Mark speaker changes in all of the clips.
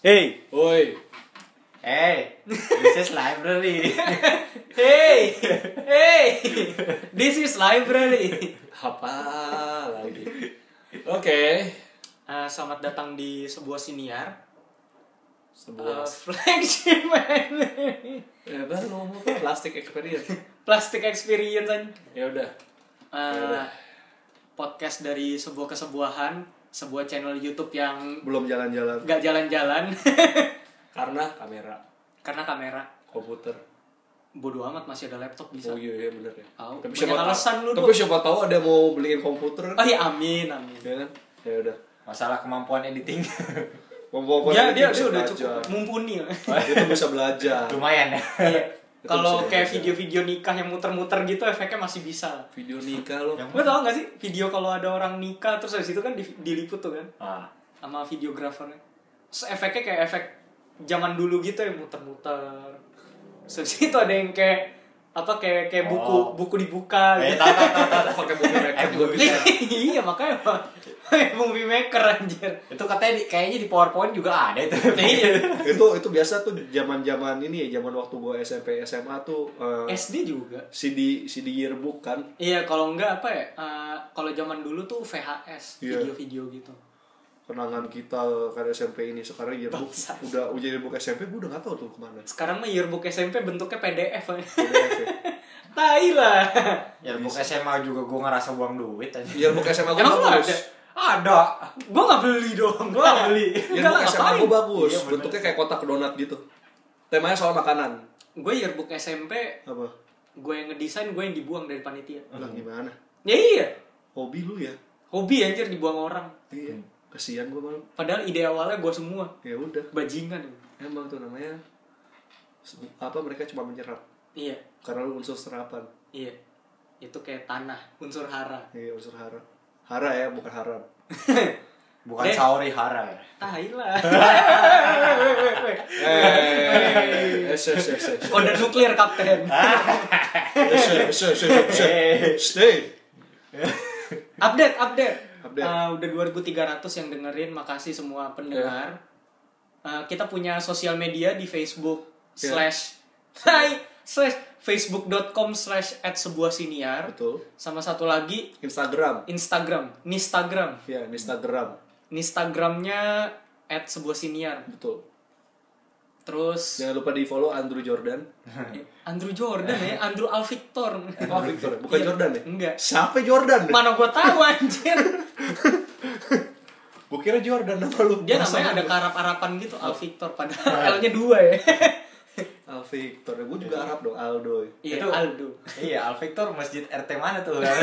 Speaker 1: Hey,
Speaker 2: Oi.
Speaker 3: Hey, this is library.
Speaker 1: hey, hey, this is library.
Speaker 2: Apa lagi? Oke.
Speaker 1: Eh, selamat datang di sebuah siniar. Eh,
Speaker 2: Sebuah
Speaker 1: flagship anime.
Speaker 2: eh, baru ngomong apa? plastic experience.
Speaker 1: Plastic Experience an.
Speaker 2: ya udah.
Speaker 1: Eh,
Speaker 2: Ya udah.
Speaker 1: podcast dari sebuah kesebuahan, sebuah channel YouTube yang
Speaker 2: Belum jalan-jalan
Speaker 1: gak jalan-jalan
Speaker 2: karena kamera,
Speaker 1: karena kamera.
Speaker 2: komputer.
Speaker 1: Bodoh amat masih ada laptop bisa.
Speaker 2: Oh iya iya bener ya.
Speaker 1: Tahu. Banyak
Speaker 2: Tapi siapa tahu-
Speaker 1: alasan lu,
Speaker 2: Tapi
Speaker 1: Dok.
Speaker 2: siapa tahu ada yang mau beliin komputer.
Speaker 1: Oh iya, amin, amin.
Speaker 2: Ya kan? Ya udah. Ya,
Speaker 3: Masalah kemampuan editing.
Speaker 2: Ngomong-ngomong
Speaker 1: Dia
Speaker 2: nanti
Speaker 1: dia,
Speaker 2: bisa
Speaker 1: dia udah
Speaker 2: belajar.
Speaker 1: cukup mumpuni.
Speaker 2: Dia tuh bisa belajar.
Speaker 3: Lumayan ya.
Speaker 1: Iya.
Speaker 2: Itu
Speaker 1: Kalau
Speaker 2: bisa
Speaker 1: kayak
Speaker 2: dibaca.
Speaker 1: video-video nikah yang muter-muter gitu efeknya masih bisa. lah.
Speaker 2: Video nikah lo.
Speaker 3: Yang-
Speaker 1: Lo tau gak sih video kalau ada orang nikah terus habis itu kan di- diliput tuh kan
Speaker 3: Ah,
Speaker 1: sama videografernya. Terus efeknya kayak efek zaman dulu gitu ya muter-muter. Terus habis itu ada yang kayak apa kayak kayak buku
Speaker 3: Oh.
Speaker 1: buku dibuka
Speaker 3: Eh,
Speaker 1: gitu.
Speaker 3: tahu, tahu, tahu, tahu, tahu.
Speaker 2: Pakai bumi mereka juga
Speaker 3: Eh,
Speaker 2: bisa.
Speaker 1: iya makanya bang movie maker anjir.
Speaker 3: itu katanya di- kayaknya di PowerPoint juga ada itu.
Speaker 1: Iya.
Speaker 2: itu itu biasa tuh zaman-zaman ini ya, zaman waktu gue SMP SMA tuh eh,
Speaker 1: SD juga.
Speaker 2: CD CD yearbook kan.
Speaker 1: Iya kalau enggak apa ya? eh, kalau zaman dulu tuh VHS
Speaker 2: Iya.
Speaker 1: video-video gitu.
Speaker 2: kenangan kita kan SMP ini sekarang yearbook
Speaker 1: Bangsa.
Speaker 2: udah ujian yearbook SMP gue udah gak tau tuh kemana
Speaker 1: Sekarang mah yearbook SMP bentuknya PDF.
Speaker 2: PDF ya.
Speaker 1: tai lah.
Speaker 3: Ya buku SMA juga gue ngerasa buang duit aja.
Speaker 2: yearbook SMA gue
Speaker 1: Emang lu
Speaker 2: bagus
Speaker 1: ada?
Speaker 3: Ada.
Speaker 1: Gua nggak beli dong. Gua nggak beli. Enggak
Speaker 2: yearbook SMA gue bagus
Speaker 3: Iya, bener.
Speaker 2: bentuknya kayak kotak donat gitu temanya soal makanan
Speaker 1: Gue yearbook SMP,
Speaker 2: apa
Speaker 1: gue yang ngedesain, gue yang dibuang dari panitia.
Speaker 2: bilang gimana
Speaker 1: Ya iya,
Speaker 2: hobi lu ya
Speaker 1: hobi anjir dibuang orang.
Speaker 2: iya kasihan gue malam
Speaker 1: Padahal ide awalnya gue semua
Speaker 2: ya udah
Speaker 1: bajingan.
Speaker 2: emang tuh namanya apa mereka cuma menyerap
Speaker 1: Iya,
Speaker 2: karena lu unsur serapan
Speaker 1: iya. Itu kayak tanah, unsur hara.
Speaker 2: iya unsur hara hara ya bukan haram
Speaker 3: Bukan
Speaker 1: Deh.
Speaker 3: Saori Hara. ya?
Speaker 1: Tai lah.
Speaker 2: eh eh eh, eh, eh, eh, eh.
Speaker 1: Kode nuklir kapten.
Speaker 2: Eh, eh, eh, eh, eh, eh. stay
Speaker 1: Update, update.
Speaker 2: Update.
Speaker 1: Eh, udah 2300 yang dengerin, makasih semua pendengar.
Speaker 2: Ya.
Speaker 1: Eh, kita punya sosial media di Facebook
Speaker 2: Iya.
Speaker 1: slash hai slash facebook.com slash at sebuah siniar
Speaker 2: betul
Speaker 1: sama satu lagi
Speaker 2: Instagram
Speaker 1: Instagram Nistagram
Speaker 2: ya Instagram
Speaker 1: Nistagramnya at sebuah siniar
Speaker 2: betul
Speaker 1: terus
Speaker 2: jangan lupa di follow Andrew Jordan
Speaker 1: eh, Andrew Jordan ya Andrew Alvictor
Speaker 2: oh Victor bukan
Speaker 1: Iya.
Speaker 2: Jordan ya
Speaker 1: enggak
Speaker 2: siapa Jordan
Speaker 1: mana gua tahu anjir
Speaker 2: gue kira Jordan nama lu
Speaker 1: dia namanya ada karap-arapan gitu Alvictor
Speaker 2: Nah.
Speaker 1: padahal L-nya dua ya
Speaker 2: Al Ah, Victor gue juga Arab dong Aldo
Speaker 1: iya
Speaker 3: Itu-
Speaker 1: Aldo
Speaker 3: Iya, Al Victor masjid RT mana tuh? Iya.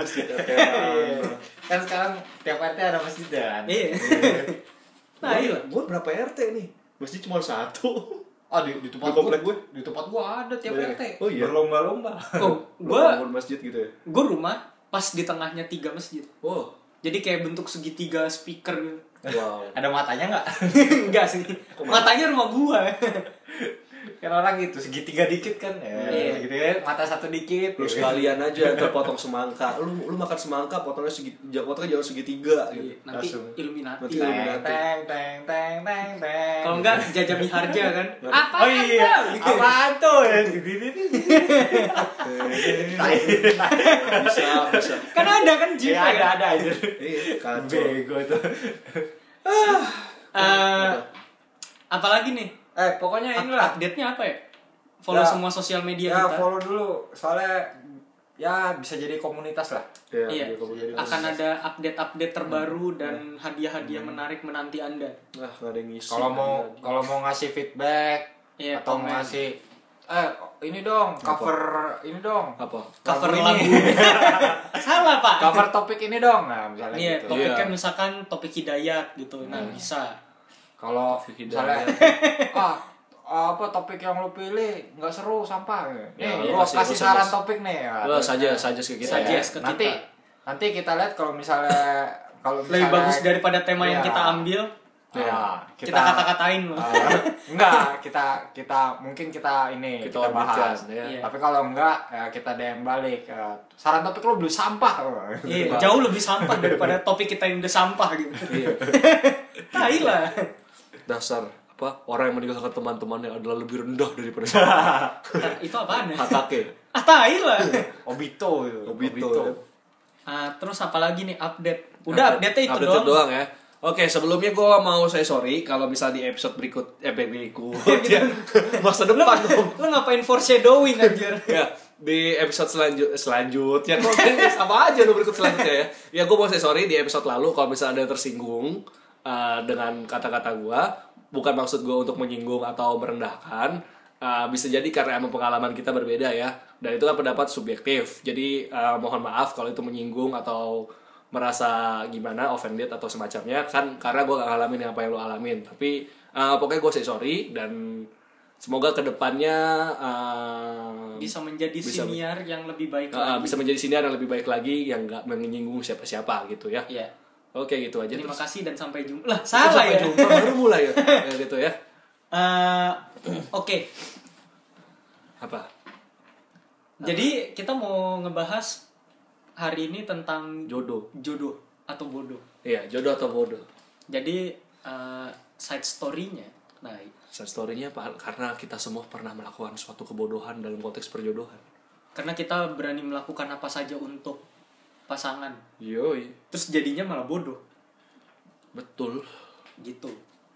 Speaker 2: Iya,
Speaker 3: kan sekarang tiap RT ada masjid kan.
Speaker 1: Iya. Nah, iya.
Speaker 2: gue berapa RT nih masih cuma satu
Speaker 3: Oh, di, di tempat
Speaker 2: Di komplek
Speaker 3: gua-
Speaker 2: gue?
Speaker 3: Di tempat gua ada tiap
Speaker 2: Banyak.
Speaker 3: RT.
Speaker 2: Oh, iya.
Speaker 3: Berlomba-lomba.
Speaker 1: Oh,
Speaker 2: Lu
Speaker 1: gua
Speaker 2: bangun masjid gitu ya
Speaker 1: gua rumah pas di tengahnya tiga masjid.
Speaker 2: wow
Speaker 1: Jadi kayak bentuk segitiga speaker gitu.
Speaker 2: wow
Speaker 3: ada matanya nggak?
Speaker 1: Enggak sih. Matanya rumah gua.
Speaker 3: kan orang gitu segitiga dikit kan ya
Speaker 1: Iya.
Speaker 3: segitiga mata satu dikit Iya.
Speaker 2: lu sekalian aja ntar potong semangka lu lu makan semangka potongnya segit potongnya jangan segitiga gitu
Speaker 1: Iya, Nanti
Speaker 3: Langsung.
Speaker 1: Illuminati.
Speaker 2: Nanti
Speaker 3: teng
Speaker 2: Illuminati.
Speaker 3: teng teng teng teng teng
Speaker 1: Kalau enggak jajami harja kan. Apa? Gitu.
Speaker 3: oh iya apaan tuh ya
Speaker 1: Iya.
Speaker 2: bisa bisa
Speaker 1: Kan ada kan Jim.
Speaker 3: Iya, ada ada aja
Speaker 2: iya
Speaker 1: Eh,
Speaker 2: kacau
Speaker 3: bego tuh
Speaker 1: apalagi nih?
Speaker 3: eh pokoknya inilah
Speaker 1: Update-nya apa ya? Follow
Speaker 3: Ya.
Speaker 1: semua sosial media
Speaker 3: ya
Speaker 1: kita.
Speaker 3: follow dulu soalnya ya bisa jadi komunitas lah
Speaker 2: Iya,
Speaker 1: Iya.
Speaker 2: iya, kalau jadi-
Speaker 1: Akan ada update-update terbaru dan hadiah-hadiah menarik menanti Anda.
Speaker 2: Ah, nggak ada yang ngisi.
Speaker 3: kalau mau kalau mau ngasih feedback
Speaker 1: Iya,
Speaker 3: atau
Speaker 1: komen.
Speaker 3: ngasih eh ini dong cover ini dong
Speaker 2: apa?
Speaker 1: Cover
Speaker 3: ini.
Speaker 1: lagu. Salah, Pak.
Speaker 3: cover topik ini dong nah misalnya
Speaker 1: Iya,
Speaker 3: gitu
Speaker 1: topiknya
Speaker 2: Iya.
Speaker 1: misalkan topik hidayat gitu. Nah, bisa.
Speaker 3: kalau
Speaker 2: Fikri
Speaker 3: misalnya ah apa topik yang lu pilih nggak seru sampah nih
Speaker 2: Ya,
Speaker 3: lu
Speaker 2: lu kasih-
Speaker 3: kasih
Speaker 2: lu
Speaker 3: saran
Speaker 2: suggest.
Speaker 3: topik nih ya.
Speaker 2: Lu saja saja ke kita.
Speaker 1: Saja.
Speaker 2: ya.
Speaker 1: suggest ke
Speaker 3: nanti
Speaker 1: kita.
Speaker 3: nanti kita lihat kalau misalnya kalau misalnya
Speaker 1: Lebih bagus daripada tema yang
Speaker 3: Iya.
Speaker 1: kita ambil,
Speaker 3: Ah,
Speaker 2: Iya.
Speaker 1: kita, kata-katain loh.
Speaker 3: Ah, enggak kita kita mungkin kita ini
Speaker 2: Kita
Speaker 3: kita,
Speaker 2: orbitkan,
Speaker 3: bahas
Speaker 2: ya.
Speaker 1: Iya.
Speaker 3: tapi kalau enggak ya kita DM balik eh, saran topik lu belum sampah
Speaker 1: Iya, jauh lebih sampah daripada topik kita yang udah sampah gitu. Tai tai lah
Speaker 2: dasar apa orang yang meninggalkan teman-temannya adalah lebih rendah daripada saya
Speaker 1: Nah, itu apaan ya
Speaker 2: Hatake
Speaker 1: ah tai lah
Speaker 3: Obito ya.
Speaker 2: Obito, ya.
Speaker 1: ah, terus apalagi nih update udah update itu
Speaker 2: Update-nya
Speaker 1: doang
Speaker 2: ya. Oke, sebelumnya gue mau saya sorry kalau misalnya di episode berikut eh berikut ya. Masa
Speaker 1: Iya, gitu. lu,
Speaker 2: depan dong.
Speaker 1: lu ngapain foreshadowing anjir
Speaker 2: ya di episode selanjut selanjutnya kok kayaknya sama aja lu berikut selanjutnya ya ya gue mau say sorry di episode lalu kalau misalnya ada yang tersinggung eh, dengan kata-kata gue bukan maksud gue untuk menyinggung atau merendahkan Eh, bisa jadi karena emang pengalaman kita berbeda ya dan itu kan pendapat subjektif jadi eh, mohon maaf kalau itu menyinggung atau merasa gimana offended atau semacamnya kan karena gue gak ngalamin apa yang lo alamin tapi eh, pokoknya gue say sorry dan semoga kedepannya eh,
Speaker 1: bisa menjadi
Speaker 2: Bisa.
Speaker 1: senior yang lebih baik
Speaker 2: Uh,
Speaker 1: lagi
Speaker 2: bisa menjadi siniar yang lebih baik lagi yang nggak menyinggung siapa-siapa gitu ya.
Speaker 1: Iya.
Speaker 2: Oke gitu aja.
Speaker 1: terima
Speaker 2: Terus-
Speaker 1: kasih dan sampai jumpa lah
Speaker 2: terus
Speaker 1: salah ya
Speaker 2: sampai jumpa, baru mulai ya. Ya, gitu ya.
Speaker 1: Eh, oke
Speaker 2: Apa?
Speaker 1: jadi kita mau ngebahas hari ini tentang
Speaker 2: Jodoh.
Speaker 1: jodoh atau bodoh
Speaker 2: Iya, jodoh atau bodoh.
Speaker 1: jadi eh, side story-nya nah
Speaker 2: Sad story-nya apa? karena kita semua pernah melakukan suatu kebodohan dalam konteks perjodohan.
Speaker 1: karena kita berani melakukan apa saja untuk pasangan
Speaker 2: Yoi.
Speaker 1: terus jadinya malah bodoh
Speaker 2: Betul.
Speaker 1: gitu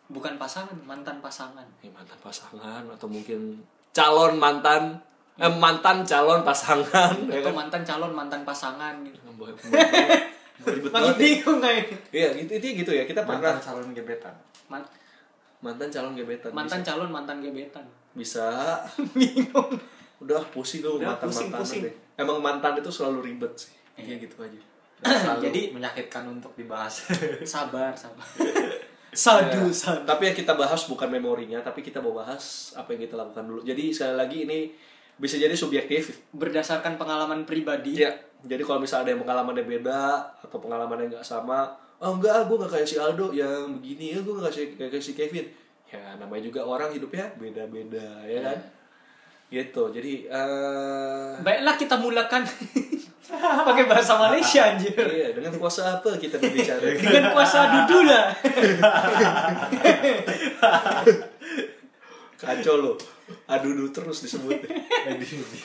Speaker 1: bukan pasangan mantan pasangan
Speaker 2: Ini mantan pasangan atau mungkin calon mantan eh, mantan calon pasangan ya
Speaker 1: atau
Speaker 2: kan?
Speaker 1: mantan calon mantan pasangan gitu
Speaker 2: Boy- boy- boy-
Speaker 1: makin
Speaker 2: Ribet banget. ya.
Speaker 1: bingung kayak
Speaker 2: Iya, gitu, itu gitu ya. Kita pernah
Speaker 3: Mantan calon gebetan.
Speaker 1: Man-
Speaker 2: mantan calon gebetan.
Speaker 1: mantan calon mantan gebetan
Speaker 2: bisa
Speaker 1: bingung
Speaker 2: udah pusing lu
Speaker 1: Udah,
Speaker 2: mantan
Speaker 1: pusing,
Speaker 2: mantan
Speaker 1: pusing.
Speaker 2: deh emang mantan itu selalu ribet sih
Speaker 1: Iya.
Speaker 2: Iya gitu aja
Speaker 1: jadi
Speaker 3: Menyakitkan untuk dibahas.
Speaker 1: sabar sabar sadu sadu
Speaker 2: tapi yang kita bahas bukan memorinya tapi kita mau bahas apa yang kita lakukan dulu jadi sekali lagi ini bisa jadi subjektif
Speaker 1: berdasarkan pengalaman pribadi
Speaker 2: Iya. jadi kalau misalnya ada yang pengalamannya beda atau pengalaman yang nggak sama oh enggak gue nggak kayak si Aldo yang begini ya gue nggak kayak, si- kayak si Kevin ya namanya juga orang hidupnya beda-beda ya kan
Speaker 1: Iya.
Speaker 2: gitu jadi eh
Speaker 1: baiklah kita mulakan pakai bahasa Malaysia anjir
Speaker 2: iya, dengan kuasa apa kita berbicara
Speaker 1: dengan kuasa dudula
Speaker 2: Kacau lo. Adudu terus disebut.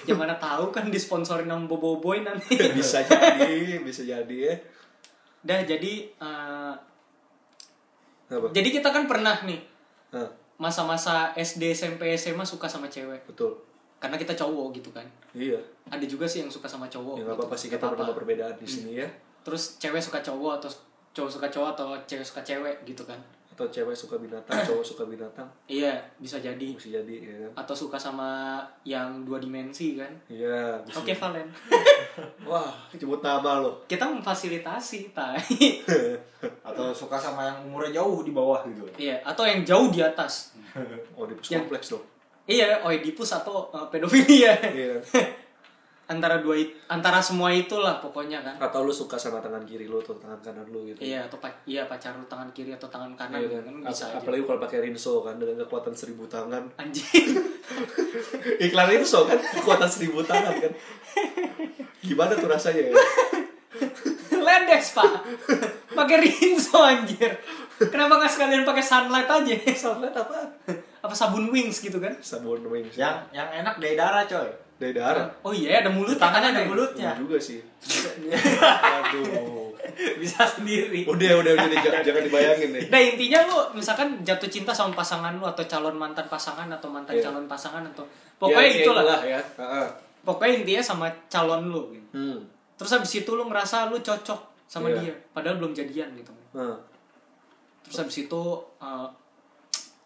Speaker 1: yang mana tahu kan disponsorin sama Boboiboy nanti
Speaker 2: bisa jadi, bisa jadi ya.
Speaker 1: dah jadi eh,
Speaker 2: Apa?
Speaker 1: jadi kita kan pernah nih
Speaker 2: Hah,
Speaker 1: masa-masa SD SMP SMA suka sama cewek
Speaker 2: betul.
Speaker 1: karena kita cowok gitu kan
Speaker 2: Iya.
Speaker 1: ada juga sih yang suka sama cowok
Speaker 2: ya
Speaker 1: gitu.
Speaker 2: nggak apa-apa sih kita
Speaker 1: Nggak apa-apa. Hmm.
Speaker 2: menambah perbedaan di sini ya.
Speaker 1: terus cewek suka cowok atau cowok suka cowok atau cewek suka cewek gitu kan
Speaker 2: Atau cewek suka
Speaker 1: Hmm.
Speaker 2: binatang, cowok suka binatang,
Speaker 1: iya bisa jadi
Speaker 2: bisa jadi ya kan.
Speaker 1: atau suka sama yang dua dimensi kan
Speaker 2: Iya. bisa
Speaker 1: oke
Speaker 2: jadi.
Speaker 1: Valen
Speaker 2: Wah, sebut nama lo.
Speaker 1: kita memfasilitasi tai
Speaker 3: Atau suka sama yang umurnya jauh di bawah gitu.
Speaker 1: iya atau yang jauh di atas
Speaker 2: Oh, di pus
Speaker 1: Yang-
Speaker 2: kompleks dong.
Speaker 1: iya Oedipus atau uh, pedofilia
Speaker 2: Iya.
Speaker 1: antara dua it- antara semua itulah pokoknya kan
Speaker 2: Atau lu suka sama tangan kiri lu atau tangan kanan lu gitu.
Speaker 1: iya atau pa- iya pacar lu tangan kiri atau tangan kanan
Speaker 2: Iya kan?
Speaker 1: kan bisa aja
Speaker 2: Ap- Apalagi kalau pakai Rinso kan dengan kekuatan seribu tangan.
Speaker 1: anjing
Speaker 2: Iklan Rinso kan kekuatan seribu tangan kan. Gimana tuh rasanya ya?
Speaker 1: Lendes pak pakai rinso anjir kenapa nggak sekalian pakai sunlight aja
Speaker 2: Sunlight apa?
Speaker 1: apa sabun wings gitu kan
Speaker 2: Sabun wings.
Speaker 3: Yang
Speaker 1: Ya.
Speaker 3: yang enak dari darah coy.
Speaker 2: dari darah.
Speaker 1: oh iya ada mulut
Speaker 3: Tangannya ada
Speaker 1: ya?
Speaker 3: mulutnya.
Speaker 2: Iya juga sih. Aduh.
Speaker 3: Bisa sendiri.
Speaker 2: Udah udah udah jangan, jangan dibayangin deh.
Speaker 1: nah intinya lu misalkan jatuh cinta sama pasangan lu atau calon mantan pasangan atau mantan
Speaker 2: Iya.
Speaker 1: calon pasangan atau pokoknya
Speaker 2: Ya, ya
Speaker 1: itulah
Speaker 2: ya. Heeh.
Speaker 1: pokoknya intinya sama calon lu gitu.
Speaker 2: Hmm.
Speaker 1: terus habis itu lu ngerasa lu cocok sama
Speaker 2: Iya.
Speaker 1: dia padahal belum jadian gitu
Speaker 2: Heeh.
Speaker 1: terus habis itu eh,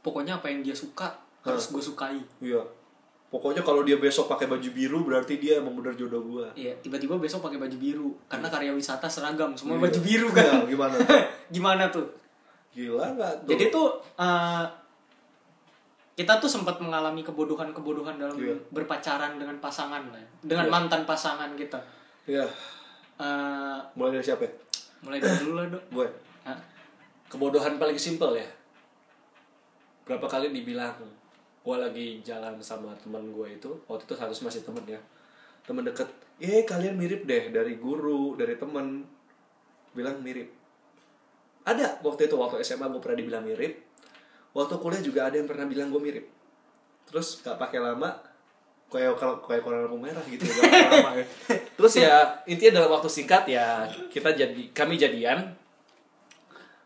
Speaker 1: pokoknya apa yang dia suka harus gue sukai
Speaker 2: Iya. Pokoknya kalau dia besok pakai baju biru berarti dia emang bener jodoh gua.
Speaker 1: Iya, tiba-tiba besok pakai baju biru karena karya wisata seragam semua
Speaker 2: Hmm. Iya.
Speaker 1: baju biru
Speaker 2: Iya,
Speaker 1: kan.
Speaker 2: gimana?
Speaker 1: Gimana tuh?
Speaker 2: Gila nggak tuh?
Speaker 1: Jadi tuh eh, kita tuh sempat mengalami kebodohan-kebodohan dalam
Speaker 2: Iya.
Speaker 1: berpacaran dengan pasangan lah, ya. dengan
Speaker 2: Iya.
Speaker 1: mantan pasangan kita.
Speaker 2: Iya.
Speaker 1: Eh,
Speaker 2: Mulai dari siapa? ya?
Speaker 1: mulai dari dulu lah dok.
Speaker 2: Gue.
Speaker 1: Hah?
Speaker 2: Kebodohan paling simpel ya. Berapa kali dibilang gue lagi jalan sama teman gue itu waktu itu harus masih temen ya temen deket eh kalian mirip deh dari guru dari temen bilang mirip Ada waktu itu waktu SMA gue pernah dibilang mirip. Waktu kuliah juga ada yang pernah bilang gue mirip. Terus gak pakai lama kayak kalau kayak koran lampu merah gitu ya. gak pakai lama ya. Terus ya intinya dalam waktu singkat ya kita jadi kami jadian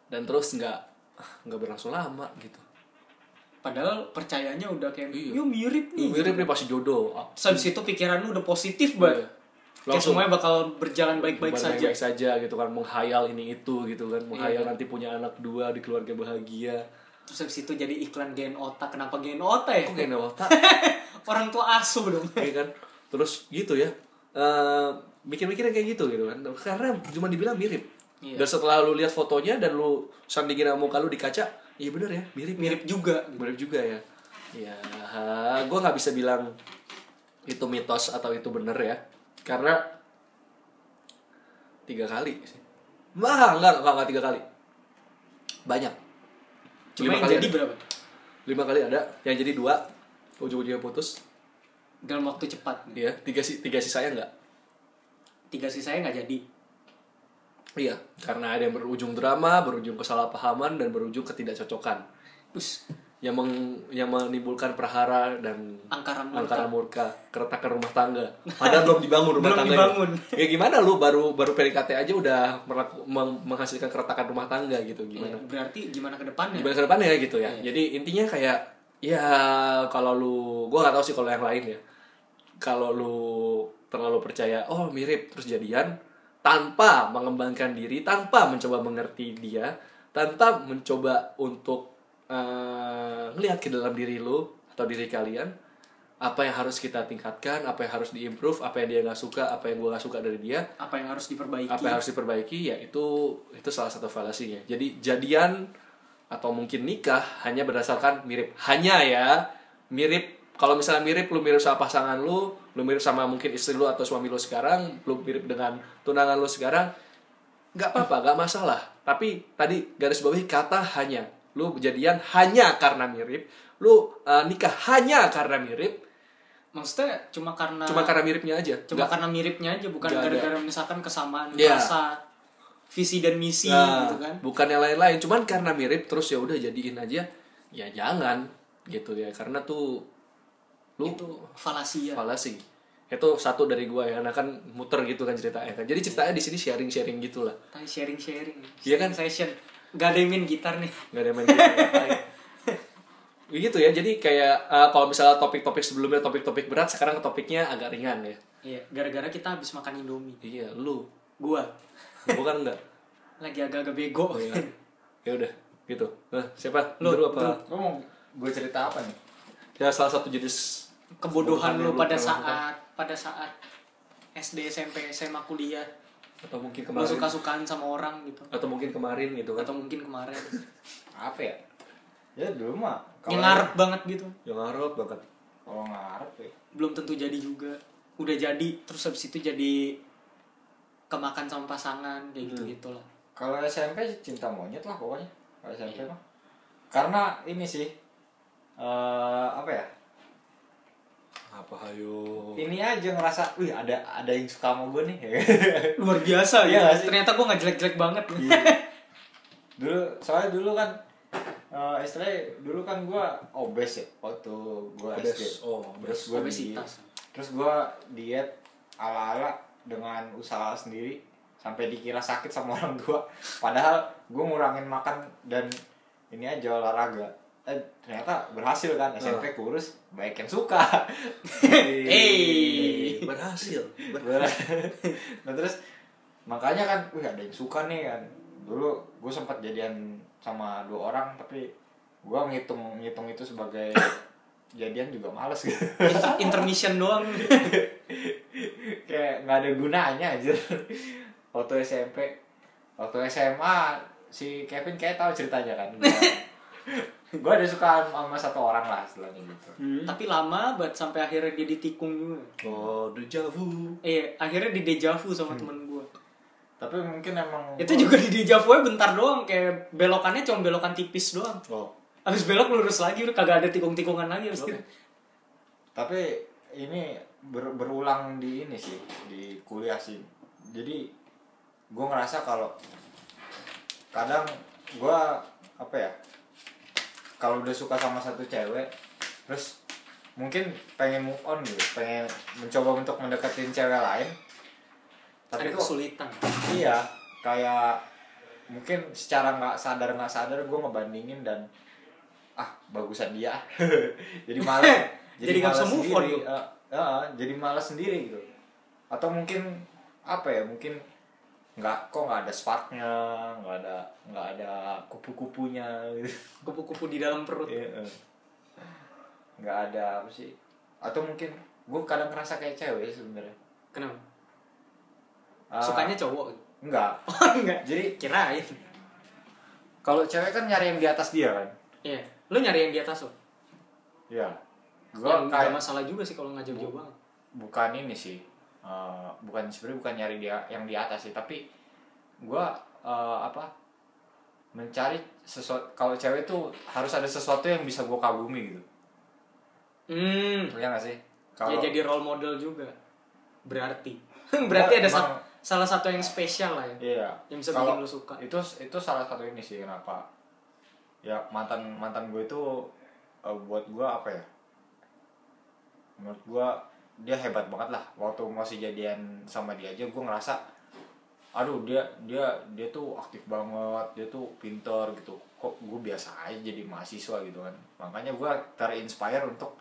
Speaker 2: dan terus nggak ah, nggak berlangsung lama gitu.
Speaker 1: Padahal percayanya udah kayak, "Yo,
Speaker 2: Iya.
Speaker 1: mirip nih.
Speaker 2: Mirip nih pasti jodoh. Ah,
Speaker 1: Terus abis itu pikiran lu udah positif banget.
Speaker 2: Iya.
Speaker 1: Kayak
Speaker 2: Langsung.
Speaker 1: semuanya bakal berjalan baik-baik saja.
Speaker 2: baik saja gitu kan menghayal ini itu gitu kan menghayal nanti punya anak dua di keluarga bahagia
Speaker 1: Terus abis itu jadi iklan gen otak. Kenapa gen otak ya?
Speaker 2: kok gak ada otak
Speaker 1: Orang tua asuh dong.
Speaker 2: ya kan terus gitu ya Eh, mikir-mikirnya kayak gitu gitu kan karena cuma dibilang mirip
Speaker 1: Iya.
Speaker 2: dan setelah lu lihat fotonya dan lu sandingin sama muka lu di kaca iya bener ya mirip ya.
Speaker 1: Mirip juga. gitu.
Speaker 2: mirip juga ya ya gue nggak bisa bilang itu mitos atau itu bener ya karena tiga kali sih mah enggak enggak, enggak tiga kali banyak
Speaker 1: Cuma yang
Speaker 2: kali
Speaker 1: jadi
Speaker 2: ada.
Speaker 1: berapa?
Speaker 2: lima kali ada yang jadi dua ujung-ujungnya putus
Speaker 1: Dalam waktu cepat.
Speaker 2: ya tiga si tiga sisanya enggak
Speaker 1: Tiga sisanya nggak jadi.
Speaker 2: iya karena ada yang berujung drama berujung kesalahpahaman dan berujung ketidakcocokan
Speaker 1: Terus
Speaker 2: yang meng, yang menimbulkan perhara dan
Speaker 1: Angkara murka.
Speaker 2: angkara murka, keretakan rumah tangga padahal belum dibangun rumah
Speaker 1: Belum
Speaker 2: tangganya
Speaker 1: dibangun.
Speaker 2: ya gimana lu baru baru PDKT aja udah melaku- meng- menghasilkan keretakan rumah tangga gitu gimana
Speaker 1: berarti gimana ke depannya?
Speaker 2: gimana ke depannya ya gitu ya jadi intinya kayak ya kalau lu gua nggak tahu sih kalau yang lain ya kalau lu terlalu percaya oh mirip terus jadian tanpa mengembangkan diri tanpa mencoba mengerti dia tanpa mencoba untuk melihat ngelihat ke dalam diri lu atau diri kalian apa yang harus kita tingkatkan apa yang harus diimprove apa yang dia nggak suka apa yang gua nggak suka dari dia
Speaker 1: Apa yang harus diperbaiki?
Speaker 2: apa yang harus diperbaiki ya itu itu salah satu falasinya jadi jadian atau mungkin nikah hanya berdasarkan mirip hanya ya mirip kalau misalnya mirip lu mirip sama pasangan lu lu mirip sama mungkin istri lu atau suami lu sekarang lu mirip dengan tunangan lu sekarang nggak apa-apa nggak masalah tapi tadi garis bawahi kata hanya lu jadian hanya karena mirip lu eh, nikah hanya karena mirip
Speaker 1: Maksudnya cuma karena
Speaker 2: cuma karena miripnya
Speaker 1: Ah.
Speaker 2: aja
Speaker 1: cuma
Speaker 2: Nggak-
Speaker 1: karena miripnya aja bukan
Speaker 2: Nggak ada.
Speaker 1: gara-gara misalkan kesamaan
Speaker 2: Iya.
Speaker 1: rasa visi dan misi
Speaker 2: Nah,
Speaker 1: gitu kan.
Speaker 2: bukan yang lain-lain cuman karena mirip terus ya udah jadiin aja ya jangan gitu ya karena tuh lu
Speaker 1: Itu iya. falasia.
Speaker 2: falasi itu satu dari gua ya karena kan muter gitu kan ceritanya kan jadi ceritanya di sini sharing-sharing gitulah
Speaker 1: Tapi sharing-sharing.
Speaker 2: Iya kan?
Speaker 1: Session. Gak ada yang main gitar nih.
Speaker 2: nggak ada yang main gitar, ngapain. gitu ya jadi kayak eh, kalau misalnya topik-topik sebelumnya topik-topik berat sekarang topiknya agak ringan ya
Speaker 1: Iya, gara-gara kita habis makan Indomie.
Speaker 2: iya lu
Speaker 1: Gua
Speaker 2: bukan enggak
Speaker 1: lagi agak-agak bego.
Speaker 2: Oh, iya. ya udah gitu nah, siapa
Speaker 1: Lu,
Speaker 2: lu, lu apa
Speaker 3: Lu mau gue cerita apa nih?
Speaker 2: ya salah satu jenis
Speaker 1: Kebodohan ya,
Speaker 2: Kebodohan
Speaker 1: lu
Speaker 2: lu
Speaker 1: pada
Speaker 2: pernah
Speaker 1: saat pada saat SD, SMP, SMA, kuliah.
Speaker 2: atau mungkin
Speaker 1: Lu
Speaker 2: kemarin
Speaker 1: suka-sukaan sama orang gitu.
Speaker 2: atau mungkin kemarin gitu kan
Speaker 1: Atau mungkin kemarin.
Speaker 3: Apa ya? Ya dulu mah
Speaker 1: Yang ngarep banget gitu.
Speaker 2: yang ngarep banget
Speaker 3: Kalau ngarep ya.
Speaker 1: Belum tentu jadi juga. Udah jadi, terus habis itu jadi kemakan sama pasangan kayak gitu-gitu lah.
Speaker 3: Kalau SMP sih cinta monyet lah pokoknya. Kalau SMP mah. Karena ini sih eh apa ya?
Speaker 2: apa hayo
Speaker 3: Ini aja ngerasa, wih ada ada yang suka sama gue nih.
Speaker 1: Luar biasa
Speaker 3: Iya nggak
Speaker 1: ya.
Speaker 3: sih?
Speaker 1: Ternyata gua nggak Iya. jelek-jelek banget.
Speaker 3: Iya. dulu soalnya dulu kan eh istilahnya dulu kan gue obes ya waktu gue
Speaker 2: Obes.
Speaker 3: SD.
Speaker 2: Oh,
Speaker 3: Terus
Speaker 2: obes.
Speaker 3: gua
Speaker 1: Obesitas.
Speaker 3: diet. Terus gue diet ala-ala dengan usaha sendiri sampai dikira sakit sama orang tua. Padahal gue ngurangin makan dan ini aja olahraga. Eh ternyata berhasil kan
Speaker 2: Nah.
Speaker 3: SMP kurus baik yang suka.
Speaker 1: Hey.
Speaker 2: Iya. berhasil
Speaker 3: nah terus makanya kan wih ada yang suka nih kan dulu gue sempat jadian sama dua orang tapi gue ngitung ngitung itu sebagai jadian juga males gitu
Speaker 1: Intermission doang.
Speaker 3: kayak nggak ada gunanya aja waktu SMP waktu SMA si Kevin kayak tahu ceritanya kan gue ada suka sama satu orang lah setelahnya gitu
Speaker 1: Tapi lama banget sampai akhirnya dia ditikung juga.
Speaker 2: oh deja vu
Speaker 1: Eh, akhirnya di dejavu sama temen gue.
Speaker 3: tapi mungkin emang
Speaker 1: Itu juga di dejavu aja bentar doang, kayak belokannya cuma belokan tipis doang.
Speaker 2: oh
Speaker 1: Abis belok lurus lagi, udah kagak ada tikung-tikungan lagi abis itu.
Speaker 3: tapi ini ber- berulang di ini sih di kuliah sih jadi gue ngerasa kalau kadang gua apa ya kalau udah suka sama satu cewek terus mungkin pengen move on gitu pengen mencoba untuk mendekatin cewek lain tapi
Speaker 1: ada
Speaker 3: kok
Speaker 1: kesulitan
Speaker 3: iya kayak mungkin secara nggak sadar nggak sadar gue ngebandingin dan ah bagusan dia jadi malas
Speaker 1: Jadi nggak bisa
Speaker 3: malas
Speaker 1: move on
Speaker 3: sendiri.
Speaker 1: lu.
Speaker 3: Eh, eh, jadi malas sendiri gitu atau mungkin apa ya mungkin nggak kok nggak ada sparknya nggak ada nggak ada kupu-kupunya gitu
Speaker 1: kupu-kupu di dalam perut
Speaker 3: Iya, eh. nggak ada apa sih atau mungkin gue kadang ngerasa kayak cewek sebenarnya
Speaker 1: kenapa
Speaker 3: Ah,
Speaker 1: sukanya cowok
Speaker 3: nggak
Speaker 1: oh enggak
Speaker 3: jadi
Speaker 1: kirain
Speaker 3: Kalau cewek kan nyari yang di atas dia kan?
Speaker 1: iya lu nyari yang di atas lo
Speaker 3: Iya.
Speaker 1: ya,
Speaker 3: Gua
Speaker 1: nggak
Speaker 3: kayak
Speaker 1: masalah juga sih kalau nggak jauh-jauh banget
Speaker 3: bukan ini sih. eh, bukan sebenarnya bukan nyari dia yang di atas sih, tapi gua eh, apa? Mencari sesuatu kalau cewek tuh harus ada sesuatu yang bisa gua kagumi gitu.
Speaker 1: hmm
Speaker 3: Iya gak sih?
Speaker 1: ya
Speaker 3: Kalau
Speaker 1: jadi role model juga berarti berarti ada sa-
Speaker 3: emang-
Speaker 1: salah satu yang spesial lah ya
Speaker 3: Iya.
Speaker 1: Yang bisa
Speaker 3: Kalau
Speaker 1: bikin lu suka.
Speaker 3: Itu itu salah satu ini sih kenapa. Ya mantan mantan gue itu eh, buat gue apa ya? Menurut gue dia hebat banget lah. Waktu masih jadian sama dia aja gue ngerasa aduh dia dia dia tuh aktif banget dia tuh pintar gitu kok gue biasa aja jadi mahasiswa gitu kan makanya gue terinspire untuk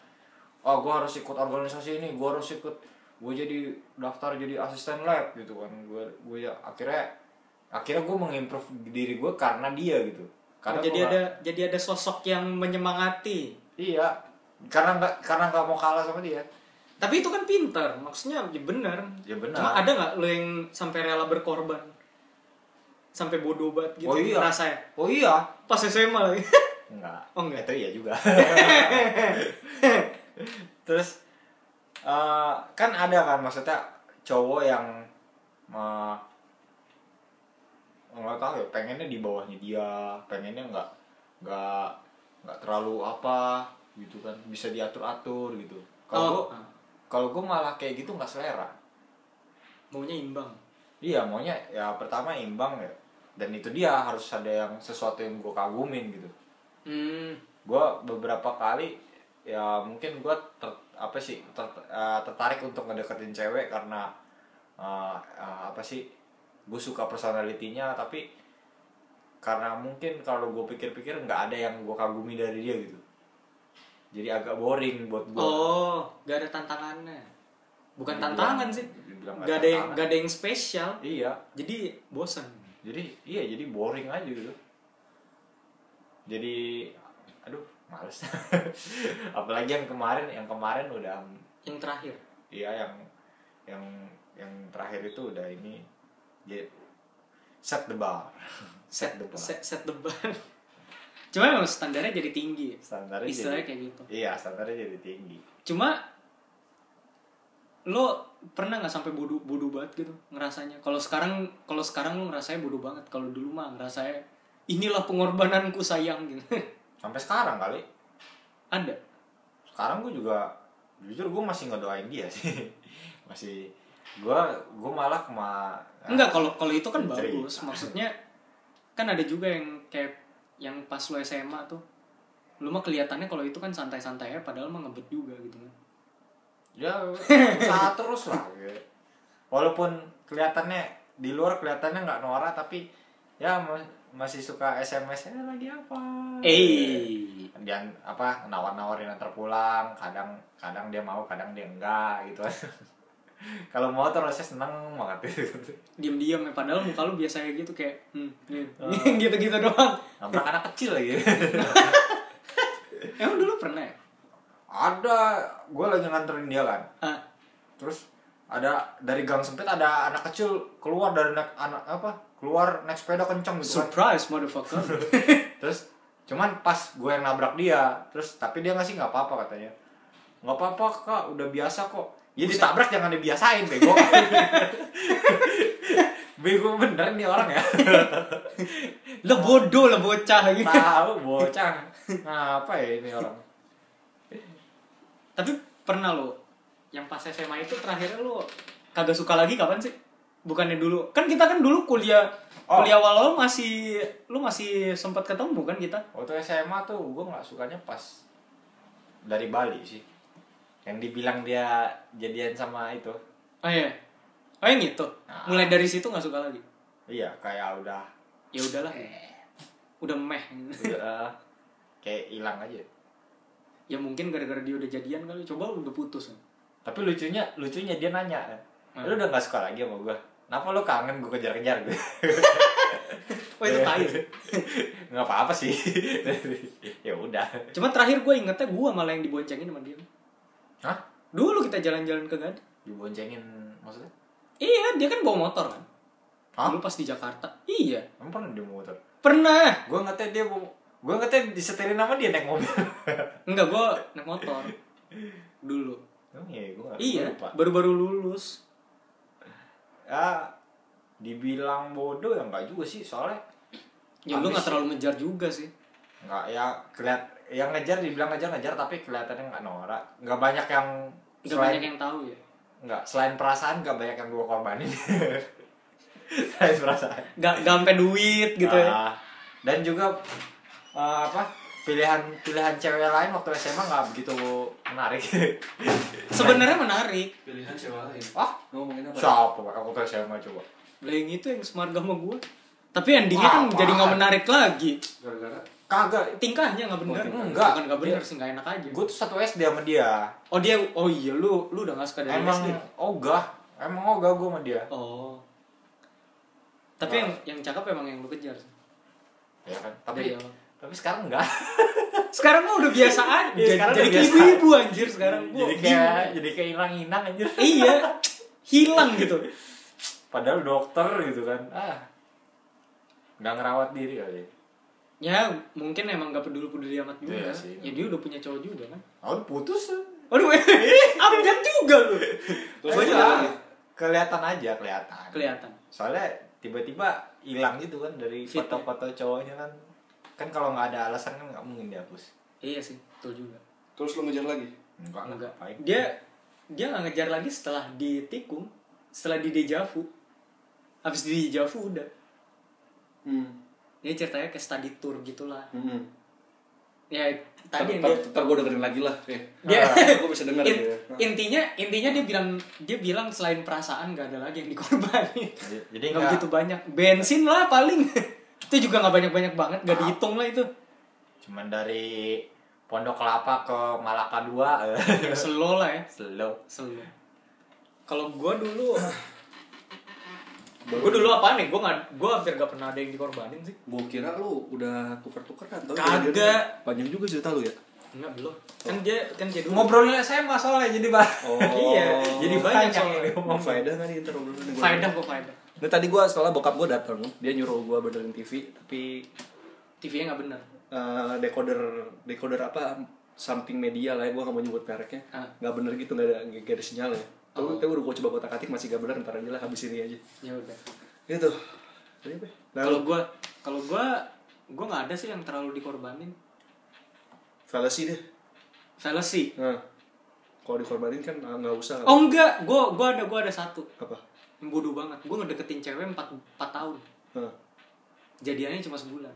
Speaker 3: oh gue harus ikut organisasi ini gue harus ikut gue jadi daftar jadi asisten lab gitu kan gue gue ya akhirnya akhirnya gue mengimprove diri gue karena dia gitu karena
Speaker 1: Oh, jadi
Speaker 3: gua
Speaker 1: ada
Speaker 3: nggak-
Speaker 1: jadi ada sosok yang menyemangati
Speaker 3: iya karena nggak karena nggak mau kalah sama dia
Speaker 1: tapi itu kan pintar maksudnya ya benar
Speaker 3: Ya benar.
Speaker 1: Cuma ada nggak lo yang sampai rela berkorban sampai bodoh banget gitu
Speaker 3: oh iya
Speaker 1: rasanya
Speaker 3: oh iya
Speaker 1: pas SMA lagi
Speaker 3: Enggak.
Speaker 1: Oh, enggak.
Speaker 3: Itu iya juga. Terus eh, kan ada kan maksudnya cowok yang eh, nggak tahu ya pengennya di bawahnya dia, pengennya nggak nggak nggak terlalu apa gitu kan bisa diatur atur gitu.
Speaker 1: Oh.
Speaker 3: Kalau gua- kalau gue malah kayak gitu nggak selera.
Speaker 1: maunya imbang
Speaker 3: Iya maunya ya pertama imbang ya dan itu dia harus ada yang sesuatu yang gue kagumin gitu.
Speaker 1: hmm.
Speaker 3: gue beberapa kali ya mungkin gue ter, apa sih ter- eh, tertarik untuk ngedeketin cewek karena eh, eh, apa sih gue suka personalitinya tapi karena mungkin kalau gue pikir-pikir nggak ada yang gue kagumi dari dia gitu jadi agak boring buat gue
Speaker 1: oh gak ada tantangannya bukan
Speaker 3: Dibilang-
Speaker 1: tantangan sih
Speaker 3: dibilang nggak
Speaker 1: gak ada yang
Speaker 3: tantangan.
Speaker 1: gak ada yang spesial
Speaker 3: iya
Speaker 1: jadi bosan
Speaker 3: jadi iya jadi boring aja gitu jadi aduh males apalagi yang kemarin yang kemarin udah
Speaker 1: yang terakhir
Speaker 3: Iya yang yang yang terakhir itu udah ini ya, set the bar. set the bar.
Speaker 1: set, set the bar cuma emang standarnya jadi tinggi ya?
Speaker 3: Standarnya
Speaker 1: istilahnya
Speaker 3: jadi,
Speaker 1: kayak gitu
Speaker 3: Iya, standarnya jadi tinggi.
Speaker 1: cuma lo pernah nggak sampai bodoh bodoh banget gitu ngerasanya kalau sekarang kalau sekarang lo ngerasanya bodoh banget kalau dulu mah ngerasanya inilah pengorbananku sayang gitu
Speaker 3: Sampai sekarang kali.
Speaker 1: ada
Speaker 3: Sekarang gue juga jujur gue masih ngedoain dia sih. masih gue gue malah kema
Speaker 1: enggak kalau kalau itu kan
Speaker 3: Ah, Cerita.
Speaker 1: bagus maksudnya kan ada juga yang kayak yang pas lo SMA tuh lo mah kelihatannya kalau itu kan santai-santai aja padahal mah ngebet juga gitu kan
Speaker 3: ya usaha terus lah gitu. walaupun kelihatannya di luar kelihatannya nggak norak tapi ya ma- masih suka SMS nya lagi apa
Speaker 1: eh
Speaker 3: dia apa nawar-nawarin antar pulang kadang kadang dia mau kadang dia enggak gitu kan kalau mau tuh rasanya seneng banget gitu
Speaker 1: diam-diam ya padahal muka lo biasanya gitu kayak hmm, hmm, gitu-gitu doang
Speaker 3: nabrak anak kecil lagi
Speaker 1: emang dulu pernah ya
Speaker 3: ada gue lagi nganterin dia kan
Speaker 1: Ah,
Speaker 3: terus ada dari gang sempit ada anak kecil keluar dari naik anak apa keluar naik sepeda kenceng gitu kan
Speaker 1: surprise motherfucker
Speaker 3: terus cuman pas gue yang nabrak dia terus tapi dia ngasih nggak apa-apa katanya nggak apa-apa kak udah biasa kok ya ditabrak jangan dibiasain bego bego beneran nih orang ya
Speaker 1: lo bodoh lo bocah gitu
Speaker 3: tahu bocah apa ya ini orang
Speaker 1: tapi pernah lo yang pas SMA itu terakhirnya lo kagak suka lagi kapan sih bukannya dulu kan kita kan dulu kuliah
Speaker 3: Oh.
Speaker 1: kuliah awal-awal masih lu masih sempat ketemu kan kita
Speaker 3: Waktu SMA tuh gue nggak sukanya pas dari Bali sih. Yang dibilang dia jadian sama itu.
Speaker 1: oh iya oh yang itu
Speaker 3: Nah.
Speaker 1: mulai dari situ nggak suka lagi
Speaker 3: Iya, kayak udah
Speaker 1: ya udahlah
Speaker 3: Eh.
Speaker 1: udah meh
Speaker 3: udah eh, kayak hilang aja.
Speaker 1: ya mungkin gara-gara dia udah jadian kali coba udah putus
Speaker 3: Tapi lucunya, lucunya dia nanya, kan,
Speaker 1: Hmm.
Speaker 3: lu udah gak suka lagi sama gue? Kenapa lu kangen gue kejar-kejar gue?
Speaker 1: wah Oh,
Speaker 3: Eh.
Speaker 1: itu tai sih.
Speaker 3: Gak apa-apa sih. ya udah.
Speaker 1: cuma terakhir gue ingetnya gue malah yang diboncengin sama dia
Speaker 3: Hah?
Speaker 1: dulu kita jalan-jalan ke Gading
Speaker 3: Diboncengin maksudnya?
Speaker 1: iya dia kan bawa motor kan
Speaker 3: Hah?
Speaker 1: dulu pas di Jakarta iya
Speaker 3: Emang pernah di motor?
Speaker 1: pernah
Speaker 3: Gue ngeteh dia bu Gue ngeteh disetelin sama dia naik mobil.
Speaker 1: enggak gue naik motor dulu
Speaker 3: Emang iya, gue gak
Speaker 1: iya
Speaker 3: lupa.
Speaker 1: baru-baru lulus
Speaker 3: Ya, dibilang bodoh ya nggak juga sih soalnya
Speaker 1: ya lu
Speaker 3: Habis
Speaker 1: nggak terlalu ngejar juga sih
Speaker 3: nggak ya keliat yang ngejar dibilang ngejar ngejar tapi kelihatannya nggak norak nggak banyak yang
Speaker 1: nggak
Speaker 3: selain
Speaker 1: banyak yang tahu ya
Speaker 3: nggak selain perasaan nggak banyak yang gue korbanin selain perasaan
Speaker 1: nggak nggak sampai duit gitu ya
Speaker 3: Ah, dan juga eh, apa pilihan pilihan cewek lain waktu SMA nggak begitu menarik
Speaker 1: sebenarnya menarik
Speaker 2: Pilihan cewek lain.
Speaker 3: wah
Speaker 2: Ngomongin apa?
Speaker 3: Ah, siapa waktu SMA coba
Speaker 1: lah yang itu yang semarga sama gue tapi endingnya kan
Speaker 3: Wah,
Speaker 1: jadi nggak
Speaker 3: apaan?
Speaker 1: menarik lagi
Speaker 2: Gara-gara
Speaker 3: kagak
Speaker 1: tingkahnya nggak bener
Speaker 3: Oh, enggak.
Speaker 1: bukan nggak bener
Speaker 3: Dia-
Speaker 1: sih nggak enak aja
Speaker 3: gue tuh satu SD sama dia
Speaker 1: oh dia oh iya lu lu udah nggak suka dari
Speaker 3: emang
Speaker 1: SD
Speaker 3: ogah emang ogah gue sama dia
Speaker 1: oh tapi yang yang cakep emang yang lu kejar sih.
Speaker 3: ya kan
Speaker 1: Dari
Speaker 3: tapi
Speaker 1: awal.
Speaker 3: tapi sekarang enggak
Speaker 1: sekarang mah udah biasa aja
Speaker 3: Iya, sekarang
Speaker 1: jadi
Speaker 3: udah
Speaker 1: kayak
Speaker 3: biasa.
Speaker 1: ibu-ibu anjir sekarang gua
Speaker 3: jadi
Speaker 1: bingung.
Speaker 3: kayak jadi kayak hilang hilang anjir
Speaker 1: iya hilang gitu
Speaker 3: padahal dokter gitu kan ah nggak ngerawat diri kali
Speaker 1: ya mungkin emang gak peduli peduli amat juga
Speaker 3: Iya sih.
Speaker 1: ya dia udah punya cowok juga kan
Speaker 3: oh putus
Speaker 1: Waduh, update juga lu.
Speaker 2: Terus
Speaker 3: Eh,
Speaker 2: aja
Speaker 3: iya.
Speaker 2: lagi.
Speaker 3: kelihatan aja kelihatan
Speaker 1: Kelihatan.
Speaker 3: soalnya tiba-tiba hilang gitu kan dari
Speaker 1: Fit, ya?
Speaker 3: foto-foto cowoknya kan kan kalau nggak ada alasan kan nggak mungkin dihapus
Speaker 1: Iya sih, betul juga.
Speaker 2: Terus lu ngejar lagi.
Speaker 3: enggak lah,
Speaker 1: Enggak.
Speaker 3: ngapain.
Speaker 1: Dia dia nggak ngejar lagi setelah ditikung, setelah di dejavu. Habis di dejavu udah.
Speaker 2: Hmm.
Speaker 1: Dia ceritanya kayak study tour gitulah.
Speaker 2: Hmm.
Speaker 1: Ya tadi yang
Speaker 2: Ntar-
Speaker 1: dia
Speaker 2: ntar gue dengerin lagi lah. ya.
Speaker 1: dia
Speaker 2: Ah, gua bisa denger
Speaker 1: In-
Speaker 2: ya.
Speaker 1: intinya intinya dia bilang dia bilang selain perasaan gak ada lagi yang dikorbanin
Speaker 3: Jadi- jadi
Speaker 1: nggak
Speaker 3: nggak-
Speaker 1: begitu banyak bensin lah paling itu juga nggak banyak banyak banget gak dihitung lah itu
Speaker 3: cuman dari Pondok Kelapa ke Malaka
Speaker 1: ya,
Speaker 3: 2
Speaker 1: slow lah ya
Speaker 3: slow
Speaker 1: Selalu. Kalau gue dulu, gue dulu apa nih? Gue nggak, gue hampir gak pernah ada yang dikorbanin sih.
Speaker 2: Gue kira lu udah tuker-tukeran tau
Speaker 1: Kagak.
Speaker 2: Jadi- Panjang juga cerita lu ya
Speaker 1: Enggak belum. Kan dia kan dia dulu.
Speaker 3: ngobrolnya SMA soalnya jadi bah
Speaker 2: Oh.
Speaker 1: iya, jadi banyak
Speaker 3: Banyak
Speaker 1: soalnya.
Speaker 3: ini.
Speaker 2: Mau faedah gak nih ntar obrolan gua?
Speaker 1: Faedah kok faedah.
Speaker 2: Ini tadi gue setelah bokap gue datang Dia nyuruh gue benerin TV Tapi
Speaker 1: TV-nya nggak bener.
Speaker 2: eh, decoder decoder apa Something media lah ya Gue gak mau nyebut mereknya
Speaker 1: Ah. Oh.
Speaker 2: Gak bener gitu gak ada, gak ada sinyalnya Tapi tapi udah gue coba kotak atik masih gak bener Ntar aja lah habis ini aja
Speaker 1: Ya udah.
Speaker 2: Gitu Jadi apa ya? Nah lu
Speaker 1: Kalau gue, kalau gue, gue nggak ada sih yang terlalu dikorbanin.
Speaker 2: fallacy deh
Speaker 1: Fallacy.
Speaker 2: Nah Kalau dikorbanin kan ah, nggak usah
Speaker 1: Oh enggak, gue gue ada gue ada satu.
Speaker 2: Apa?
Speaker 1: Yang bodoh banget. Gue ngedeketin cewek 4, 4 tahun.
Speaker 2: Nah,
Speaker 1: Jadiannya cuma sebulan.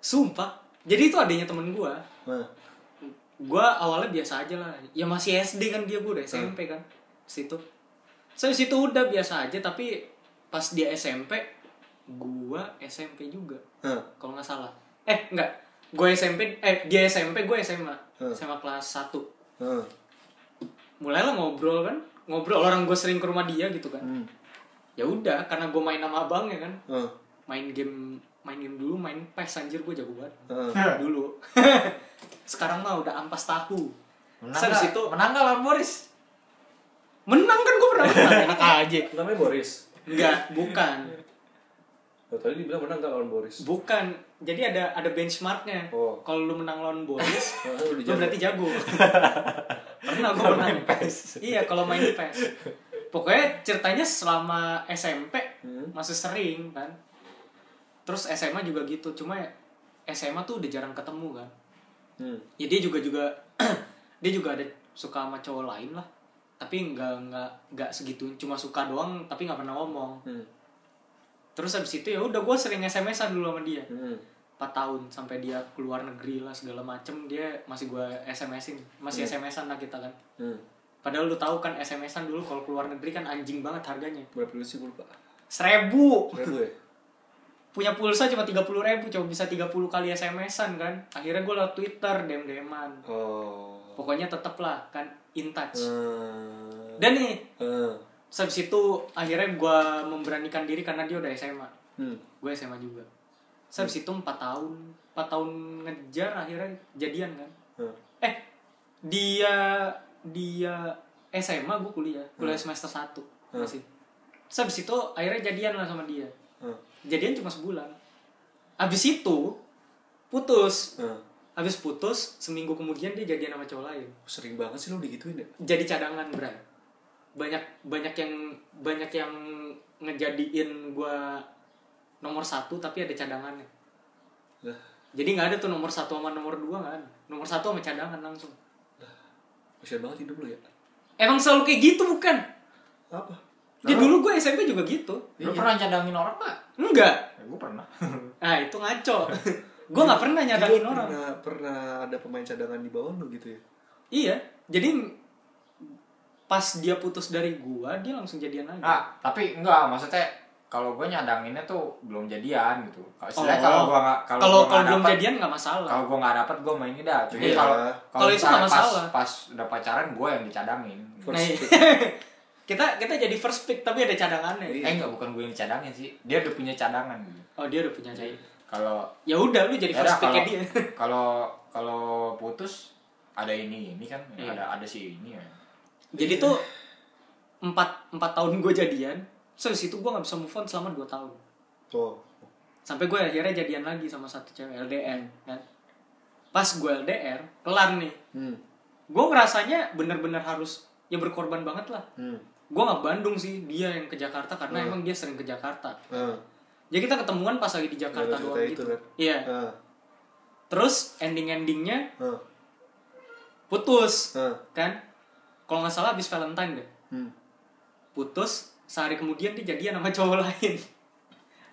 Speaker 1: Sumpah. Jadi itu adanya temen gue.
Speaker 2: nah.
Speaker 1: gua awalnya biasa aja lah ya masih SD kan dia gua udah SMP kan situ saya situ udah biasa aja tapi pas dia SMP gua SMP juga
Speaker 2: Nah.
Speaker 1: kalau nggak salah eh enggak gua SMP eh dia SMP gua SMA
Speaker 2: Hmm.
Speaker 1: SMA kelas 1
Speaker 2: Nah.
Speaker 1: mulailah ngobrol kan ngobrol orang gua sering ke rumah dia gitu kan
Speaker 2: Hmm.
Speaker 1: ya udah karena gua main sama abangnya kan
Speaker 2: Nah.
Speaker 1: main game main game dulu main PES anjir gua jago banget
Speaker 2: Nah.
Speaker 1: dulu sekarang mah udah ampas tahu
Speaker 3: menang
Speaker 1: Terus
Speaker 3: nggak-
Speaker 1: itu
Speaker 3: menang nggak lawan Boris
Speaker 1: menang kan gue pernah menang enak aja
Speaker 2: Namanya Boris
Speaker 1: enggak bukan
Speaker 2: Oh, tadi dibilang menang gak lawan Boris?
Speaker 1: bukan jadi ada ada benchmarknya
Speaker 2: Oh.
Speaker 1: kalau lu menang lawan Boris
Speaker 2: Oh,
Speaker 1: lu
Speaker 2: lu udah jago.
Speaker 1: berarti jago pernah gue menang iya kalau main pes pokoknya ceritanya selama SMP
Speaker 2: Hmm.
Speaker 1: masih sering kan terus SMA juga gitu cuma SMA tuh udah jarang ketemu kan
Speaker 2: Hmm.
Speaker 1: ya dia juga juga dia juga ada suka sama cowok lain lah tapi nggak nggak nggak segitu cuma suka doang tapi nggak pernah ngomong
Speaker 2: Hmm.
Speaker 1: terus habis itu ya udah gue sering SMS-an dulu sama dia
Speaker 2: Hmm.
Speaker 1: 4 tahun sampai dia keluar negeri lah segala macem dia masih gue SMS-in masih SMS-an lah kita kan
Speaker 2: Hmm.
Speaker 1: padahal lu tahu kan SMS-an dulu kalau keluar negeri kan anjing banget harganya
Speaker 2: Berapa duit sih gue lupa?
Speaker 1: seribu
Speaker 2: Berapa ya?
Speaker 1: punya pulsa cuma 30.000 ribu cuma bisa 30 kali SMS-an kan akhirnya gue lewat Twitter DM-DMan
Speaker 2: Oh.
Speaker 1: pokoknya tetep lah kan in touch
Speaker 2: Hmm.
Speaker 1: dan nih
Speaker 2: Hmm.
Speaker 1: terus habis itu akhirnya gue memberanikan diri karena dia udah SMA
Speaker 2: Hmm.
Speaker 1: gue SMA juga Terus habis itu 4 tahun 4 tahun ngejar akhirnya jadian kan
Speaker 2: Hmm.
Speaker 1: eh dia dia SMA gue kuliah kuliah semester 1 masih Terus habis itu akhirnya jadian lah sama dia
Speaker 2: Hmm.
Speaker 1: jadian cuma sebulan habis itu putus
Speaker 2: Hmm.
Speaker 1: habis putus seminggu kemudian dia jadian sama cowok lain
Speaker 2: Sering banget sih lu digituin ya?
Speaker 1: jadi cadangan Bray banyak banyak yang banyak yang ngejadiin gua nomor satu tapi ada cadangannya
Speaker 2: Lah,
Speaker 1: jadi nggak ada tuh nomor satu sama nomor dua kan nomor satu sama cadangan langsung
Speaker 2: kasihan banget hidup lu ya.
Speaker 1: emang selalu kayak gitu bukan
Speaker 2: Apa?
Speaker 1: ya dulu gue SMP juga gitu
Speaker 3: Lu pernah cadangin orang gak?
Speaker 1: enggak
Speaker 3: Ya, gue Iya. pernah.
Speaker 1: nah itu ngaco gue nggak pernah nyadarin orang
Speaker 2: Pernah, pernah ada pemain cadangan di bawah lu gitu ya?
Speaker 1: iya jadi pas dia putus dari gua dia langsung jadian lagi
Speaker 3: Nah, tapi enggak maksudnya kalau gue nyadanginnya tuh belum jadian gitu. Kalau
Speaker 1: Oh.
Speaker 3: istilahnya kalau gue nggak kalau
Speaker 1: kalau kalau
Speaker 3: gua nggak
Speaker 1: belum
Speaker 3: dapet-
Speaker 1: jadian nggak masalah
Speaker 3: kalau gue nggak dapet gue main ini dah. Jadi
Speaker 2: Iya.
Speaker 3: kalau
Speaker 1: Kalau itu nggak
Speaker 3: misalnya pas,
Speaker 1: masalah.
Speaker 3: Pas udah pacaran gue yang dicadangin.
Speaker 1: Nah, iya. kita kita jadi first pick tapi ada cadangannya.
Speaker 2: Iya.
Speaker 3: Eh enggak bukan gue yang dicadangin sih. Dia udah punya cadangan. gitu.
Speaker 1: Oh dia udah punya cadangan.
Speaker 3: Kalau
Speaker 1: Ya udah lu jadi
Speaker 3: Ya
Speaker 1: first
Speaker 3: udah,
Speaker 1: picknya
Speaker 3: kalau
Speaker 1: dia.
Speaker 3: kalau kalau putus ada ini ini kan
Speaker 1: Iya.
Speaker 3: ada ada si ini ya.
Speaker 1: jadi tuh empat empat tahun gue jadian, terus habis itu gue nggak bisa move on selama dua tahun.
Speaker 2: Oh.
Speaker 1: Sampai gue akhirnya jadian lagi sama satu cewek LDR kan. Pas gue LDR kelar nih,
Speaker 2: Hmm.
Speaker 1: gue ngerasanya bener-bener harus ya berkorban banget lah.
Speaker 2: Hmm.
Speaker 1: Gue nggak Bandung sih dia yang ke Jakarta karena emang dia sering ke Jakarta.
Speaker 2: Hmm.
Speaker 1: Jadi kita ketemuan pas lagi di Jakarta
Speaker 2: cerita
Speaker 1: doang
Speaker 2: itu
Speaker 1: gitu.
Speaker 2: kan.
Speaker 1: Iya.
Speaker 2: Hmm.
Speaker 1: Terus ending-endingnya
Speaker 2: Hmm.
Speaker 1: putus
Speaker 2: Hmm.
Speaker 1: kan kalau nggak salah habis Valentine deh
Speaker 2: Hmm.
Speaker 1: putus sehari kemudian dia jadian sama cowok lain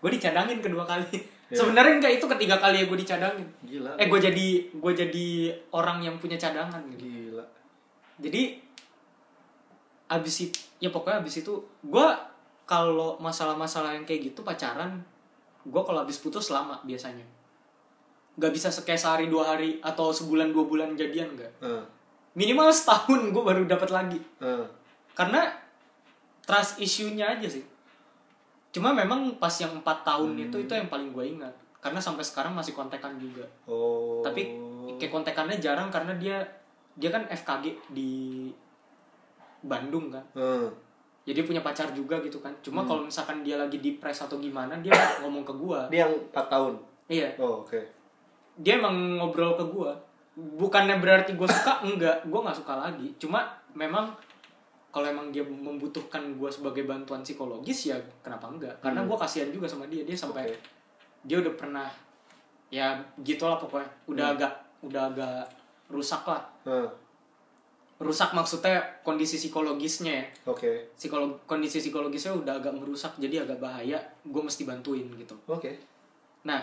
Speaker 1: gue dicadangin kedua kali
Speaker 2: Iya.
Speaker 1: sebenarnya enggak itu ketiga kali ya gue dicadangin
Speaker 2: Gila.
Speaker 1: eh gue jadi gue jadi orang yang punya cadangan gitu
Speaker 2: Gila.
Speaker 1: jadi abis itu ya pokoknya abis itu gue kalau masalah-masalah yang kayak gitu pacaran gue kalau abis putus lama biasanya nggak bisa sekali sehari dua hari atau sebulan dua bulan jadian enggak
Speaker 2: Hmm.
Speaker 1: minimal setahun gue baru dapat lagi
Speaker 2: Hmm.
Speaker 1: karena trust issue-nya aja sih cuma memang pas yang empat tahun itu itu yang paling gue ingat karena sampai sekarang masih kontekan juga
Speaker 2: Oh.
Speaker 1: tapi kayak kontekannya jarang karena dia dia kan FKG di Bandung kan
Speaker 2: Hmm.
Speaker 1: jadi punya pacar juga gitu kan cuma kalau misalkan dia lagi depres atau gimana dia ngomong ke gue
Speaker 2: Dia yang 4 tahun.
Speaker 1: iya
Speaker 2: Oh, oke.
Speaker 1: dia emang ngobrol ke gue bukannya berarti gue suka enggak gue nggak suka lagi cuma memang kalau emang dia membutuhkan gue sebagai bantuan psikologis ya kenapa enggak karena gue kasihan juga sama dia dia sampai
Speaker 2: Oke.
Speaker 1: dia udah pernah ya gitulah pokoknya udah agak udah agak rusak lah
Speaker 2: Hmm.
Speaker 1: rusak maksudnya kondisi psikologisnya ya
Speaker 2: Oke.
Speaker 1: psikolog kondisi psikologisnya udah agak merusak jadi agak bahaya gue mesti bantuin gitu
Speaker 2: Oke.
Speaker 1: Nah,